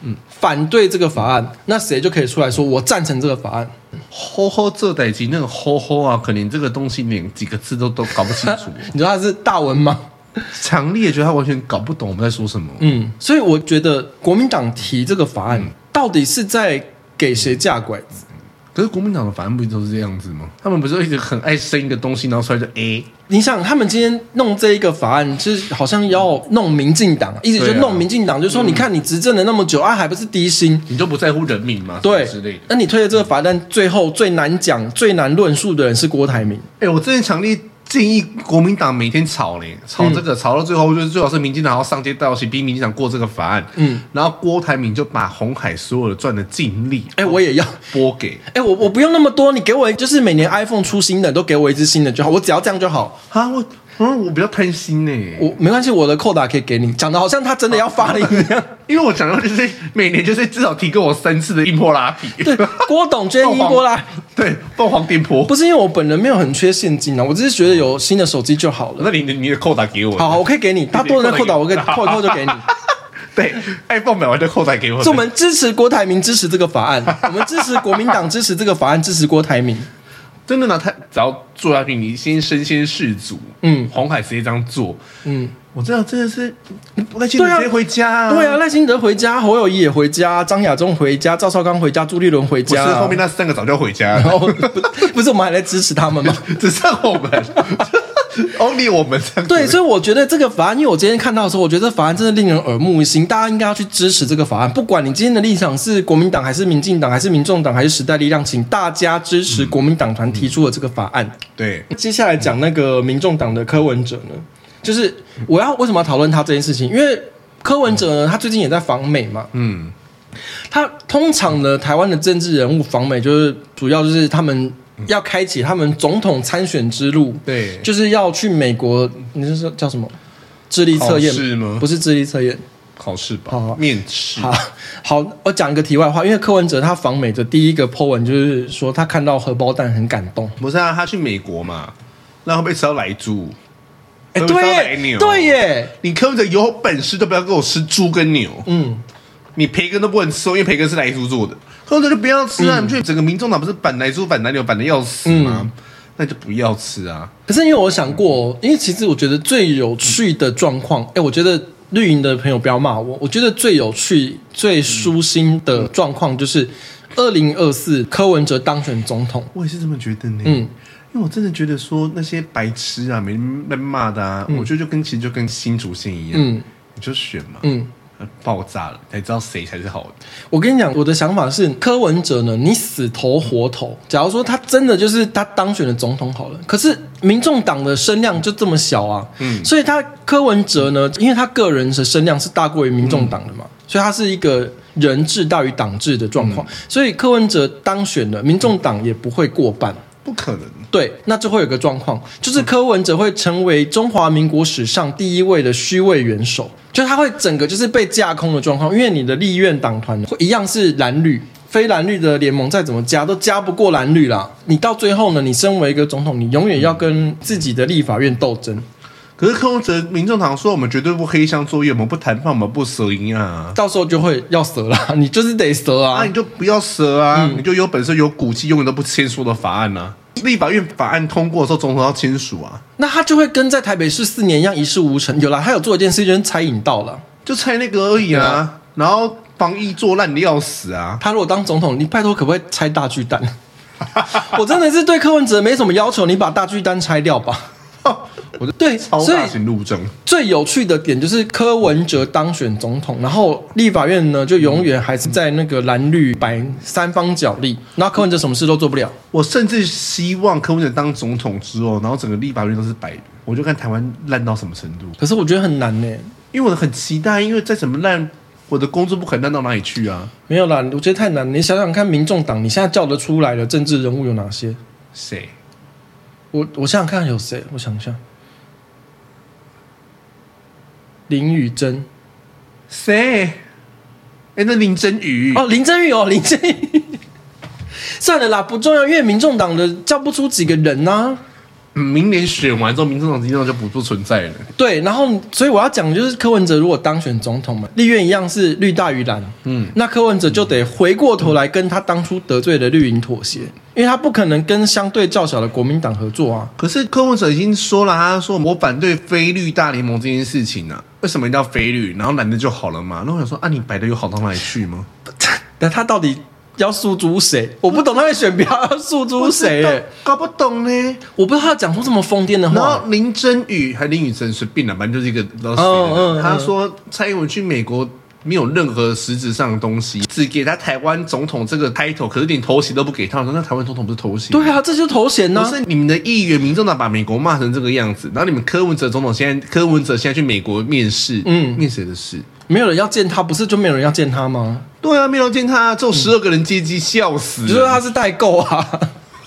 Speaker 1: 嗯反对这个法案，那谁就可以出来说我赞成这个法案？
Speaker 2: 吼吼这代机那个吼吼啊，可能这个东西连几个字都都搞不清 楚。
Speaker 1: 你知道他是大文吗？
Speaker 2: 强烈觉得他完全搞不懂我们在说什么。
Speaker 1: 嗯，所以我觉得国民党提这个法
Speaker 2: 嗯
Speaker 1: 案到底是在给谁架拐子？
Speaker 2: 可是国民党的法案不都是这样子吗？他们不是一直很爱生一个东西，然后出来就欸 A。
Speaker 1: 你想，他们今天弄这一个法案，就是好像要弄民进党，意思就
Speaker 2: 对啊
Speaker 1: 弄民进党，就说你看你执政了那么久啊，还不是低薪？
Speaker 2: 你就不在乎人民嘛，
Speaker 1: 对
Speaker 2: 之类的。，
Speaker 1: 那你推的这个法案，最后最难讲、最难论述的人是郭台铭。
Speaker 2: 哎、我之前强烈建议国民党每天吵嘞，吵这
Speaker 1: 嗯
Speaker 2: 个，吵到最后就是最好是民进党要上街道歉，逼民进党过这个法案。
Speaker 1: 嗯，
Speaker 2: 然后郭台铭就把红海所有的赚的净利，
Speaker 1: 哎、我也要，
Speaker 2: 拨给
Speaker 1: 哎、我我不用那么多，你给我就是每年 iPhone 出新的，都给我一只新的就好，我只要这样就好。
Speaker 2: 啊，我嗯，我比较贪心呢、
Speaker 1: 我没关系，我的扣打可以给你，讲的好像他真的要发了一样。
Speaker 2: 因为我想到就是每年就是至少提供我三次的硬波拉皮，
Speaker 1: 对，郭董捐英国啦，
Speaker 2: 对，凤凰电波。
Speaker 1: 不是因为我本人没有很缺现金啊，我只是觉得有新的手机就好了。
Speaker 2: 那你你你的扣打给我，
Speaker 1: 好好，我可以给你，他多的那扣打我可以扣一扣就 给你。
Speaker 2: 对，iPhone 买完就扣打给我。
Speaker 1: 所以我们支持郭台铭支持这个法案，我们支持国民党支持这个法案，支持郭台铭。
Speaker 2: 真的拿它只要做下去，你先身先士卒，
Speaker 1: 嗯
Speaker 2: 红海直接这样做，
Speaker 1: 嗯，
Speaker 2: 我知道真的是那些
Speaker 1: 对
Speaker 2: 人
Speaker 1: 啊
Speaker 2: 直接回家、啊
Speaker 1: 对啊，赖清德回家，侯友谊也回家，张亚中回家，赵少康回家，朱立伦回
Speaker 2: 不是
Speaker 1: 家。
Speaker 2: 后面那三个早就回家
Speaker 1: 啊然
Speaker 2: 了，
Speaker 1: 后不不是我们还在支持他们吗？
Speaker 2: 只剩我 们，only 我们三个。
Speaker 1: 对，所以我觉得这个法案，因为我今天看到的时候，我觉得这法案真的令人耳目一新，大家应该要去支持这个法案。不管你今天的立场是国民党还是民进党还是民众党还是时代力量，请大家支持国民党团提出的这个法案。
Speaker 2: 对，
Speaker 1: 接下来讲那个民众党的柯文哲呢，就是我要为什么要讨论他这件事情？因为柯文哲呢，他最近也在访美嘛，
Speaker 2: 嗯，
Speaker 1: 他通常呢，台湾的政治人物访美就是主要就是他们要开启他们总统参选之路，
Speaker 2: 对，
Speaker 1: 就是要去美国，你是说叫什么？智力测验
Speaker 2: 考试吗嗯
Speaker 1: 不是智力测验。
Speaker 2: 考试吧，
Speaker 1: 好
Speaker 2: 面试，
Speaker 1: 好好，我讲一个题外话，因为柯文哲他访美的第一个 po 文就是说他看到荷包蛋很感动。
Speaker 2: 不是啊，他去美国嘛，然后被吃到来猪，
Speaker 1: 哎、
Speaker 2: 会不会招来
Speaker 1: 对
Speaker 2: 牛
Speaker 1: 耶，对耶，
Speaker 2: 你根本就有本事都不要给我吃猪跟牛，
Speaker 1: 嗯，
Speaker 2: 你培根都不能吃哦，因为培根是来猪做的，或者就不要吃啊！
Speaker 1: 嗯
Speaker 2: 你去整个民众党不是反来猪、反来牛、反的要死吗？那就不要吃啊！
Speaker 1: 可是因为我想过，因为其实我觉得最有趣的状况，哎、我觉得绿营的朋友不要骂我。我觉得最有趣、最舒心的状况就是，二零二四柯文哲当选总统。
Speaker 2: 我也是这么觉得呢。
Speaker 1: 嗯，
Speaker 2: 因为我真的觉得说那些白痴啊，没被骂的啊，我觉得就跟其实就跟新主线一样，
Speaker 1: 嗯
Speaker 2: 你就选嘛，
Speaker 1: 嗯，
Speaker 2: 爆炸了才知道谁才是好的。
Speaker 1: 我跟你讲，我的想法是，柯文哲呢，你死投活投。假如说他真的就是他当选了总统好了，可是民众党的声量就这么小啊，
Speaker 2: 嗯
Speaker 1: 所以他柯文哲呢，因为他个人的声量是大过于民众党的嘛，所以他是一个人治大于党治的状况，所以柯文哲当选了，民众党也不会过半。
Speaker 2: 不可能，
Speaker 1: 对，那就会有个状况，就是柯文哲会成为中华民国史上第一位的虚位元首，就是他会整个就是被架空的状况，因为你的立院党团会一样是蓝绿。非蓝绿的联盟再怎么加都加不过蓝绿啦。你到最后呢，你身为一个总统，你永远要跟自己的立法院斗争。
Speaker 2: 可是柯文哲、民众党说我们绝对不黑箱作业，我们不谈判，我们不蛇赢啊。
Speaker 1: 到时候就会要折啦，你就是得折啊。嗯
Speaker 2: 啊，你就不要蛇啊！你就有本事、有骨气，永远都不签署的法案啊！立法院法案通过的时候，总统要签署啊，
Speaker 1: 那他就会跟在台北市四年一样一事无成。有啦，他有做一件事，就是餐饮到了。
Speaker 2: 就拆那个而已啊。然后防疫做烂的要死啊！
Speaker 1: 他如果当总统，你拜托可不可以拆大巨蛋？ 我真的是对柯文哲没什么要求，你把大巨蛋拆掉吧。
Speaker 2: 我就
Speaker 1: 对，
Speaker 2: 超
Speaker 1: 所以
Speaker 2: 大型路政，
Speaker 1: 最有趣的点就是柯文哲当选总统，然后立法院呢就永远还是在那个蓝绿白三方角力，然后柯文哲什么事都做不了。
Speaker 2: 我甚至希望柯文哲当总统之后，然后整个立法院都是白的，我就看台湾烂到什么程度。
Speaker 1: 可是我觉得很难呢、
Speaker 2: 因为我很期待，因为再怎么烂，我的工作不可能烂到哪里去啊！
Speaker 1: 没有啦，我觉得太难。你想想看，民众党你现在叫得出来的政治人物有哪些？
Speaker 2: 谁？
Speaker 1: 我我想想看有谁？我想一下，林宇珍
Speaker 2: 谁？哎，那林真宇
Speaker 1: 哦，林振玉哦，林振玉。 算了啦，不重要，因为民众党的叫不出几个人啊呐、
Speaker 2: 嗯明年选完之后，民进党基本上就不不存在了。
Speaker 1: 对，然后所以我要讲的就是柯文哲如果当选总统嘛，立院一样是绿大于蓝，
Speaker 2: 嗯，
Speaker 1: 那柯文哲就得回过头来跟他当初得罪的绿营妥协，因为他不可能跟相对较小的国民党合作啊。
Speaker 2: 可是柯文哲已经说了，他说我反对非绿大联盟这件事情啊，为什么一定要非绿？然后蓝的就好了嘛？那我想说，啊，你白的有好到哪里去吗？
Speaker 1: 但他到底要诉诸谁？我不懂他的选票要诉诸 谁、欸，
Speaker 2: 搞不懂呢。
Speaker 1: 我不知道他讲出这么疯癫的
Speaker 2: 然
Speaker 1: 话
Speaker 2: 后。林真宇还林宇珍随便了，反正就是一个老师、
Speaker 1: 嗯嗯
Speaker 2: 他说蔡英文去美国没有任何实质上的东西，只给他台湾总统这个 title，可是连头衔都不给他。我说那台湾总统不是头衔？
Speaker 1: 对啊，这就是头衔呢、
Speaker 2: 不是你们的议员、民众党把美国骂成这个样子，然后你们柯文哲总统现在柯文哲现在去美国面试，
Speaker 1: 嗯
Speaker 2: 嗯，面谁的事？
Speaker 1: 没有人要见他，不是就没有人要见他吗？
Speaker 2: 对啊，没人见他，只有十二个人接机，笑死
Speaker 1: 你
Speaker 2: 了。
Speaker 1: 就说他是代购啊。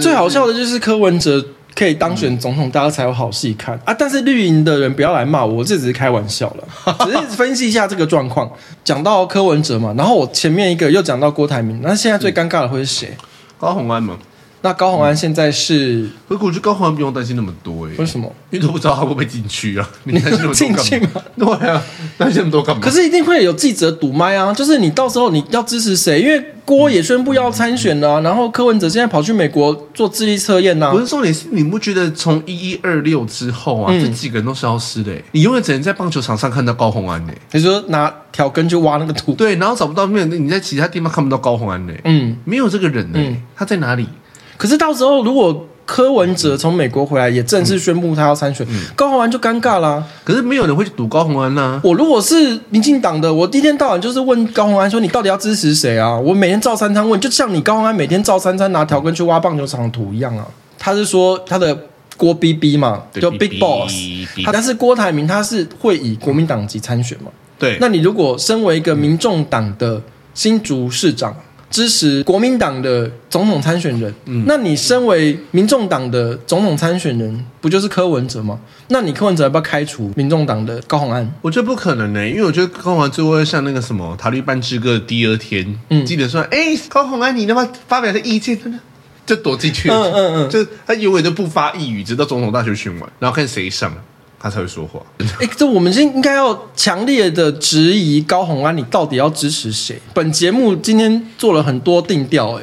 Speaker 1: 最好笑的就是柯文哲可以当选总统，大家才有好戏看啊！但是绿营的人不要来骂我，这只是开玩笑 了，只是分析一下这个状况。讲到柯文哲嘛，然后我前面一个又讲到郭台铭，那现在最尴尬的会是谁？
Speaker 2: 高虹安嘛，
Speaker 1: 那高虹安现在是
Speaker 2: 可我觉得高虹安不用担心那么多哎、
Speaker 1: 为什么？
Speaker 2: 因为都不知道他会不会进 去啊？你担心那么多干嘛？
Speaker 1: 进去吗
Speaker 2: 对啊，担心那么多干嘛？
Speaker 1: 可是一定会有记者堵麦啊！就是你到时候你要支持谁？因为郭也宣布要参选了啊、然后柯文哲现在跑去美国做智力测验呐、啊
Speaker 2: 不是重点是，你不觉得从一一二六之后啊，
Speaker 1: 嗯
Speaker 2: 这几个人都消失的欸、你永远只能在棒球场上看到高红安呢、
Speaker 1: 你说拿条根去挖那个土？
Speaker 2: 对，然后找不到没有，你在其他地方看不到高红安呢、
Speaker 1: 嗯，
Speaker 2: 没有这个人呢、
Speaker 1: 嗯
Speaker 2: 他在哪里？
Speaker 1: 可是到时候如果柯文哲从美国回来，也正式宣布他要参选，高虹安就尴尬啦、
Speaker 2: 可是没有人会去赌高红安啊呐、
Speaker 1: 我如果是民进党的，我第一天到晚就是问高虹安说：“你到底要支持谁啊？”我每天照三餐问，就像你高虹安每天照三餐拿条根去挖棒球场的土一样啊。他是说他的郭 BB 嘛，
Speaker 2: 对
Speaker 1: 就
Speaker 2: BB
Speaker 1: Big Boss，他但是郭台铭他是会以国民党籍参选嘛。
Speaker 2: 对，
Speaker 1: 那你如果身为一个民众党的新竹市长，支持国民党的总统参选人，
Speaker 2: 嗯
Speaker 1: 那你身为民众党的总统参选人，不就是柯文哲吗？那你柯文哲要不要开除民众党的高虹 安？
Speaker 2: 我觉得不可能呢、因为我觉得高红安最后会像那个什么《塔利班之歌》的第二天，
Speaker 1: 嗯
Speaker 2: 记得说，哎、高红安，你他妈发表的意见，真的就躲进去，
Speaker 1: 嗯嗯嗯
Speaker 2: 就他永远都不发一语，直到总统大选选完，然后看谁上，他才会说话。
Speaker 1: 哎、这我们现应该要强烈的质疑高虹安，你到底要支持谁？本节目今天做了很多定调、 诶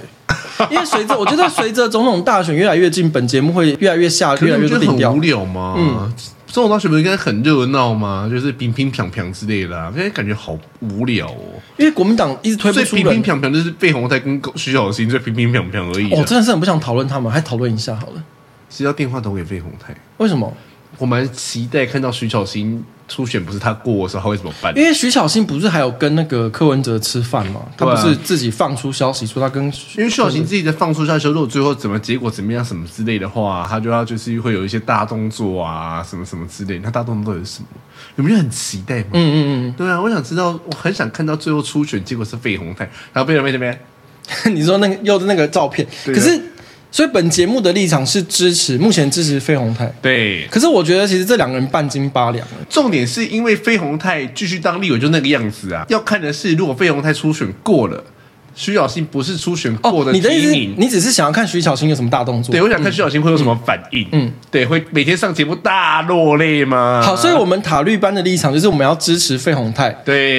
Speaker 1: 哎，因为随着我觉得随着总统大选越来越近，本节目会越来越下，
Speaker 2: 可
Speaker 1: 越
Speaker 2: 是
Speaker 1: 来
Speaker 2: 你
Speaker 1: 越
Speaker 2: 不
Speaker 1: 多
Speaker 2: 觉得
Speaker 1: 定
Speaker 2: 很
Speaker 1: 调
Speaker 2: 无。聊吗？
Speaker 1: 嗯
Speaker 2: 嗯，中华大选不是应该很热闹吗？就是乒乒乓乓之类的、啊，现在感觉好无聊哦。
Speaker 1: 因为国民党一直推不
Speaker 2: 所以
Speaker 1: 出
Speaker 2: 乒乒
Speaker 1: 人。
Speaker 2: 乓乓就是费鸿泰跟徐小新在乒乒乓乓而已、
Speaker 1: 我
Speaker 2: 啊。
Speaker 1: 哦真的是很不想讨论他们，还讨论一下好了。
Speaker 2: 谁要电话投给费鸿泰？
Speaker 1: 为什么？
Speaker 2: 我蛮期待看到徐小新初选不是他过的时候，他会怎么办
Speaker 1: 因？为徐小新不是还有跟那个柯文哲吃饭吗？他
Speaker 2: 对
Speaker 1: 不
Speaker 2: 啊
Speaker 1: 是自己放出消息说他跟
Speaker 2: 因为徐小新自己在放出下修，如果最后怎么结果怎么样什么之类的话，他就要就是会有一些大动作啊，什么什么之类的。那大动作到底是什么？你们就很期待吗？
Speaker 1: 嗯嗯
Speaker 2: 对啊，我想知道，我很想看到最后初选结果是费鸿泰，然后被人被这边
Speaker 1: 嗯， 你说那个又是那个照片，
Speaker 2: 对啊
Speaker 1: 可是所以本节目的立场是支持，目前支持费鸿泰。
Speaker 2: 对，
Speaker 1: 可是我觉得其实这两个人半斤八两了。
Speaker 2: 重点是因为费鸿泰继续当立委就那个样子啊。要看的是，如果费鸿泰初选过了，徐小新不是初选过
Speaker 1: 哦，
Speaker 2: 的
Speaker 1: 你的意
Speaker 2: 提
Speaker 1: 思是
Speaker 2: 名，
Speaker 1: 你只是想要看徐小新有什么大动作？
Speaker 2: 对，我想看徐小新会有什么反应。嗯，对，会每天上节目大落泪吗？
Speaker 1: 好，所以我们塔绿班的立场就是我们要支持费鸿泰、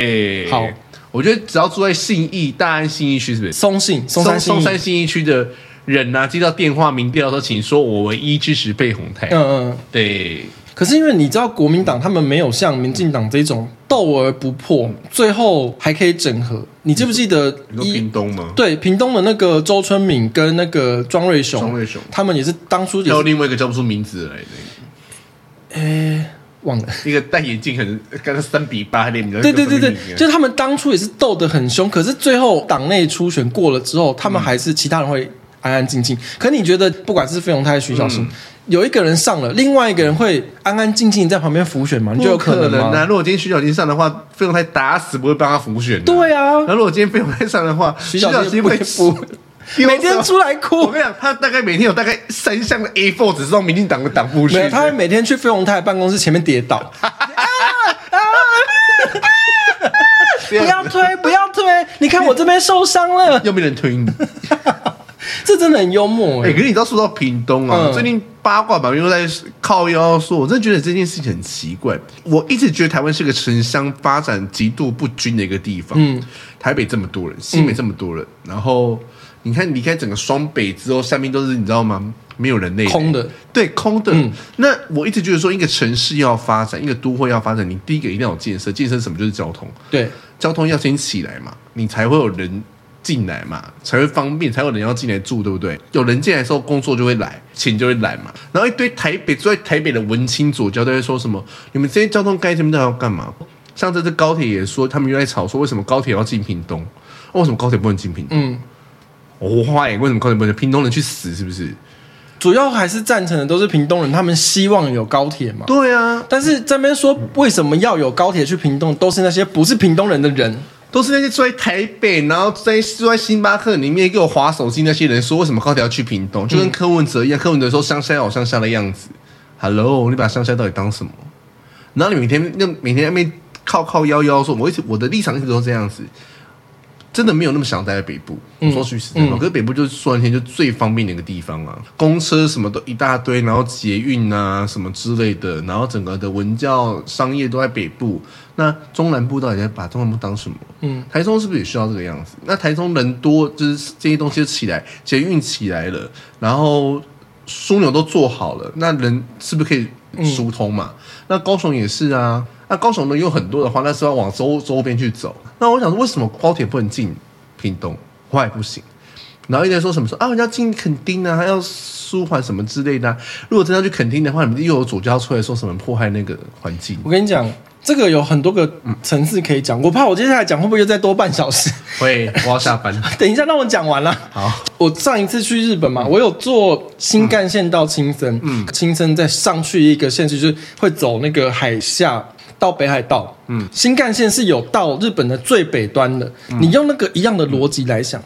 Speaker 2: 对
Speaker 1: 好，
Speaker 2: 我觉得只要住在信义、大安信义区，是不是？
Speaker 1: 松信、松山新
Speaker 2: 松
Speaker 1: 义。
Speaker 2: 山信义区的人呐、啊，接到电话民调的时候，请说我唯一支持费鸿泰。
Speaker 1: 嗯嗯，
Speaker 2: 对，
Speaker 1: 可是因为你知道国民党他们没有像民进党这种斗而不破，最后还可以整合。你记不记得
Speaker 2: 嗯你说
Speaker 1: 一
Speaker 2: 屏东吗？
Speaker 1: 对屏东的那个周春敏跟那个庄瑞雄，
Speaker 2: 庄瑞雄
Speaker 1: 他们也是当初也
Speaker 2: 还有
Speaker 1: 是
Speaker 2: 另外一个叫不出名字来的，哎
Speaker 1: 忘了。
Speaker 2: 一个戴眼镜很跟他三比八脸，你知道
Speaker 1: 对对对对
Speaker 2: 叫什么名，字
Speaker 1: 就他们当初也是斗得很凶，可是最后党内初选过了之后，他
Speaker 2: 嗯
Speaker 1: 们还是其他人会安安静静。可你觉得，不管是费鸿泰、徐小
Speaker 2: 嗯
Speaker 1: 新，有一个人上了，另外一个人会安安静静在旁边浮选吗？你觉得有
Speaker 2: 不可
Speaker 1: 能吗？
Speaker 2: 能啊！如果今天徐小金上的话，费鸿泰打死不会帮他浮选、啊。
Speaker 1: 对啊
Speaker 2: 然后如果今天费鸿泰上的话，徐
Speaker 1: 小金
Speaker 2: 金
Speaker 1: 不
Speaker 2: 会
Speaker 1: 会浮
Speaker 2: 丢
Speaker 1: 每天
Speaker 2: 手
Speaker 1: 出来
Speaker 2: 我
Speaker 1: 哭
Speaker 2: 跟。你讲，他大概每天有大概三箱的 A4 只是到民进党的党部去
Speaker 1: 没有，
Speaker 2: 的。
Speaker 1: 他会每天去费鸿泰办公室前面跌倒，啊啊！不
Speaker 2: 这
Speaker 1: 要
Speaker 2: 样
Speaker 1: 推，不要推！你看我这边受伤了，
Speaker 2: 又没人 推你。
Speaker 1: 这真的很幽默
Speaker 2: 哎、
Speaker 1: 哎、
Speaker 2: 可是你知道说到屏东啊，
Speaker 1: 嗯
Speaker 2: 最近八卦版面又在靠腰说，我真的觉得这件事情很奇怪。我一直觉得台湾是个城乡发展极度不均的一个地方。嗯，台北这么多人，新北这么多人，
Speaker 1: 嗯
Speaker 2: 然后你看离开整个双北之后，下面都是你知道吗？没有人类
Speaker 1: 空的，
Speaker 2: 对，空的。
Speaker 1: 嗯
Speaker 2: 那我一直觉得说，一个城市要发展，一个都会要发展，你第一个一定要有建设，建设什么就是交通。
Speaker 1: 对，
Speaker 2: 交通要先起来嘛，你才会有人进来嘛，才会方便，才有人要进来住，对不对？有人进来之后，工作就会来，钱就会来嘛。然后一堆台北住在台北的文青左交都会说什么：你们这些交通该什么要干嘛？像这次高铁也说，他们又在吵说为什么高铁要进屏东，哦为什么高铁不能进屏东？哦
Speaker 1: 嗯，
Speaker 2: 我花眼，为什么高铁不能进？屏东人去死是不是？
Speaker 1: 主要还是赞成的都是屏东人，他们希望有高铁嘛。
Speaker 2: 对啊，
Speaker 1: 但是这边说为什么要有高铁去屏东，都是那些不是屏东人的人。
Speaker 2: 都是那些住在台北，然后在住在星巴克里面给我划手机那些人说，为什么高铁要去屏东？就跟柯文哲一样，柯文哲说乡下有乡下的样子。Hello，你把乡下到底当什么？然后你每天那每天在那边靠靠腰腰说，我一直我的立场一直都这样子，真的没有那么想待在北部。我说句实在话，可是北部就是说完天就最方便的一个地方啊，公车什么都一大堆，然后捷运啊什么之类的，然后整个的文教商业都在北部。那中南部到底在把中南部当什么？嗯，台中是不是也需要这个样子？那台中人多，就是这些东西就起来，捷运起来了，然后枢纽都做好了，那人是不是可以疏通嘛？那高雄也是啊，那高雄人有很多的话，那是要往周周边去走。那我想说，为什么高铁不能进屏东，花也不行？然后一直在说什么说啊，要进垦丁啊，还要舒缓什么之类的啊、如果真的要去垦丁的话，你们又有左交出来说什么破坏那个环境，
Speaker 1: 我跟你讲，这个有很多个层次可以讲，我怕我接下来讲会不会又再多半小时？
Speaker 2: 会，我要下班。
Speaker 1: 等一下让我讲完了。
Speaker 2: 好，
Speaker 1: 我上一次去日本嘛，我有坐新干线到青森，嗯，青森再上去一个县市，就是会走那个海下到北海道，嗯，新干线是有到日本的最北端的。你用那个一样的逻辑来想，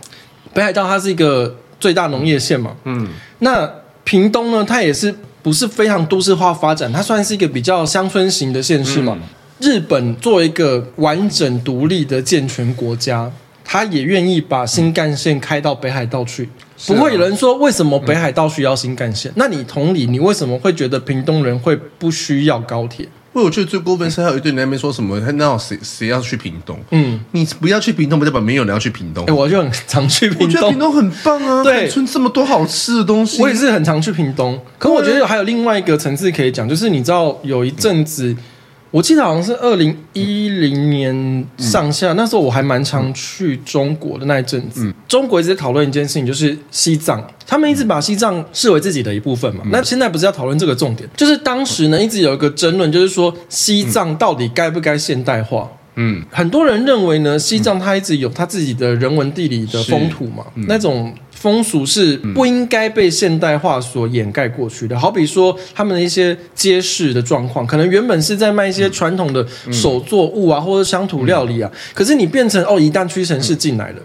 Speaker 1: 北海道它是一个最大农业县嘛，
Speaker 2: 嗯，
Speaker 1: 那屏东呢，它也是不是非常都市化发展，它算是一个比较乡村型的县市嘛。
Speaker 2: 嗯
Speaker 1: 日本作为一个完整独立的健全国家，它也愿意把新干线开到北海道去。
Speaker 2: 是
Speaker 1: 不
Speaker 2: 啊
Speaker 1: 会有人说为什么北海道需要新干线？那你同理，你为什么会觉得屏东人会不需要高铁？
Speaker 2: 为我觉得最过分是还有一对你那边说什么，那谁谁要去屏东？
Speaker 1: 嗯，
Speaker 2: 你不要去屏东，不代表没有人要去屏东。
Speaker 1: 哎、我就很常去
Speaker 2: 我
Speaker 1: 屏
Speaker 2: 觉得
Speaker 1: 东
Speaker 2: 屏，东很棒啊，
Speaker 1: 对
Speaker 2: 垦村这么多好吃的东西。
Speaker 1: 我也是很常去屏东，可我觉得还有另外一个层次可以讲，就是你知道有一阵子，我记得好像是二零一零年上下，那时候我还蛮常去中国的那一阵子。中国一直在讨论一件事情，就是西藏，他们一直把西藏视为自己的一部分嘛。那现在不是要讨论这个重点，就是当时呢一直有一个争论，就是说西藏到底该不该现代化。
Speaker 2: 嗯，
Speaker 1: 很多人认为呢，西藏它一直有它自己的人文地理的风土嘛，那种风俗是不应该被现代化所掩盖过去的。好比说他们的一些街市的状况，可能原本是在卖一些传统的手作物啊，或者乡土料理啊，可是你变成哦，一旦屈臣氏进来了。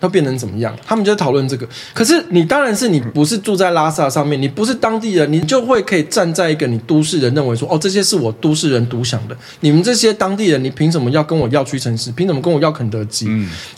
Speaker 1: 它变成怎么样？他们就在讨论这个。可是你当然是你不是住在拉萨上面，你不是当地人，你就会可以站在一个你都市人认为说，哦，这些是我都市人独享的。你们这些当地人，你凭什么要跟我要屈臣
Speaker 2: 嗯
Speaker 1: 氏？凭什么跟我要肯德基？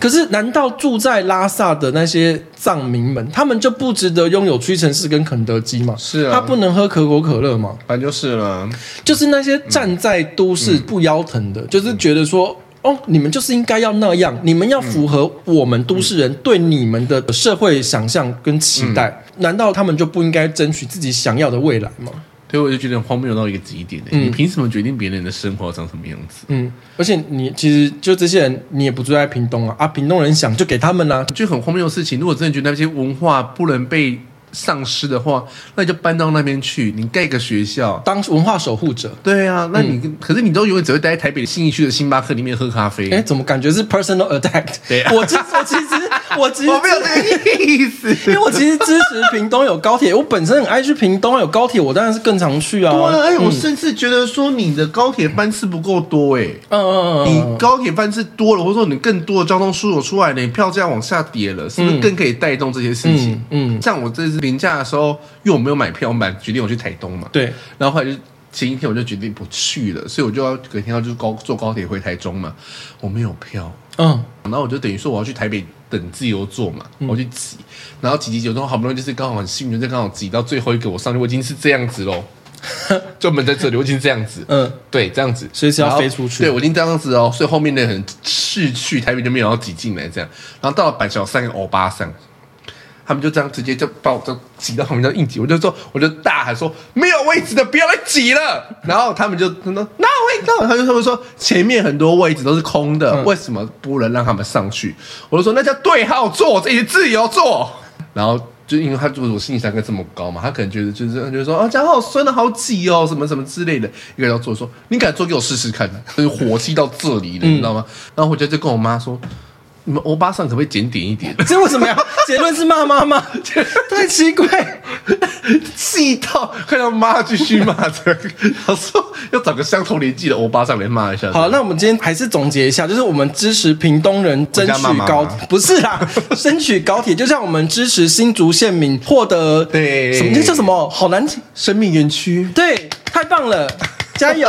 Speaker 1: 可是难道住在拉萨的那些藏民们，他们就不值得拥有屈臣氏跟肯德基吗？
Speaker 2: 是啊
Speaker 1: 他不能喝可口可乐吗？
Speaker 2: 反正就是了。
Speaker 1: 就是那些站在都
Speaker 2: 嗯
Speaker 1: 市不腰疼的，就是觉得说。哦，你们就是应该要那样，你们要符合我们都市
Speaker 2: 嗯
Speaker 1: 人对你们的社会想象跟期待。
Speaker 2: 嗯
Speaker 1: 难道他们就不应该争取自己想要的未来吗？
Speaker 2: 对，我就觉得荒谬到一个极点、欸你凭什么决定别人的生活长什么样子？
Speaker 1: 嗯，而且你其实就这些人，你也不住在屏东啊，啊，屏东人想就给他们啊啦、
Speaker 2: 就很荒谬的事情。如果真的觉得那些文化不能被丧失的话，那你就搬到那边去，你盖个学校。
Speaker 1: 当文化守护者。
Speaker 2: 对啊，那你、
Speaker 1: 嗯
Speaker 2: 可是你都永远只会待在台北信义区的星巴克里面喝咖啡。
Speaker 1: 哎，怎么感觉是 personal attack？
Speaker 2: 嗯对 啊
Speaker 1: 我其实我其 实我其实
Speaker 2: 我没有这个意思。
Speaker 1: 因为我其实支持屏东有高铁，我本身很爱去屏东，啊有高铁我当然是更常去啊。
Speaker 2: 对啊，哎、我
Speaker 1: 嗯
Speaker 2: 甚至觉得说你的高铁班次不够多、哎、
Speaker 1: 嗯嗯嗯，嗯
Speaker 2: 你高铁班次多了，或者说你更多的交通枢纽出来了，你票价往下跌了，是不是
Speaker 1: 嗯
Speaker 2: 更可以带动这些事情？
Speaker 1: 嗯嗯
Speaker 2: 像我这次廉价的时候，因为我没有买票，我买决定我去台东嘛，
Speaker 1: 对，
Speaker 2: 然后后来就前一天我就决定不去了，所以我就要隔天要就是高坐高铁回台中嘛，我没有票，
Speaker 1: 嗯
Speaker 2: 然后我就等于说我要去台北等自由座嘛，我去挤，然后挤挤挤，然后好不容易就是刚好很幸运，就刚好挤到最后一个我上去，我已经是这样 子喽，就门在这里，我已经这样子，
Speaker 1: 嗯，
Speaker 2: 对，这样子，
Speaker 1: 随时要
Speaker 2: 然后
Speaker 1: 飞出去
Speaker 2: 对，我已经这样子哦，所以后面的很逝去，台北就没有要挤进来这样。然后到了板桥三个欧巴桑，他们就这样直接就把我就挤到旁边叫硬挤，我就说我就大喊说没有位置的不要来挤了。然后他们就他们说那位置，他就他们说前面很多位置都是空的，为什么不能让他们上去？我就说那叫对号座，这里是自由座。然后就因为他就是我心理三个这么高嘛，他可能觉得就是他觉得说啊，脚好酸的好挤哦，什么什么之类的。一个人要做说，你敢做给我试试看呢、啊就是火气到这里了，你知道吗？然后回家就跟我妈说，你们欧巴桑可不可以检点一点？
Speaker 1: 这为什么呀？结论是骂妈妈，太奇怪。
Speaker 2: 气到看到妈继续骂这个， 他说要找个相同年纪的欧巴上来骂一下。
Speaker 1: 好，那我们今天还是总结一下，就是我们支持屏东人争取
Speaker 2: 回家骂妈
Speaker 1: 高，
Speaker 2: 妈
Speaker 1: 不是啦， 争取高铁，就像我们支持新竹县民获得
Speaker 2: 对
Speaker 1: 什么这叫什么？好难听，
Speaker 2: 生命园区，
Speaker 1: 对，太棒了，加油！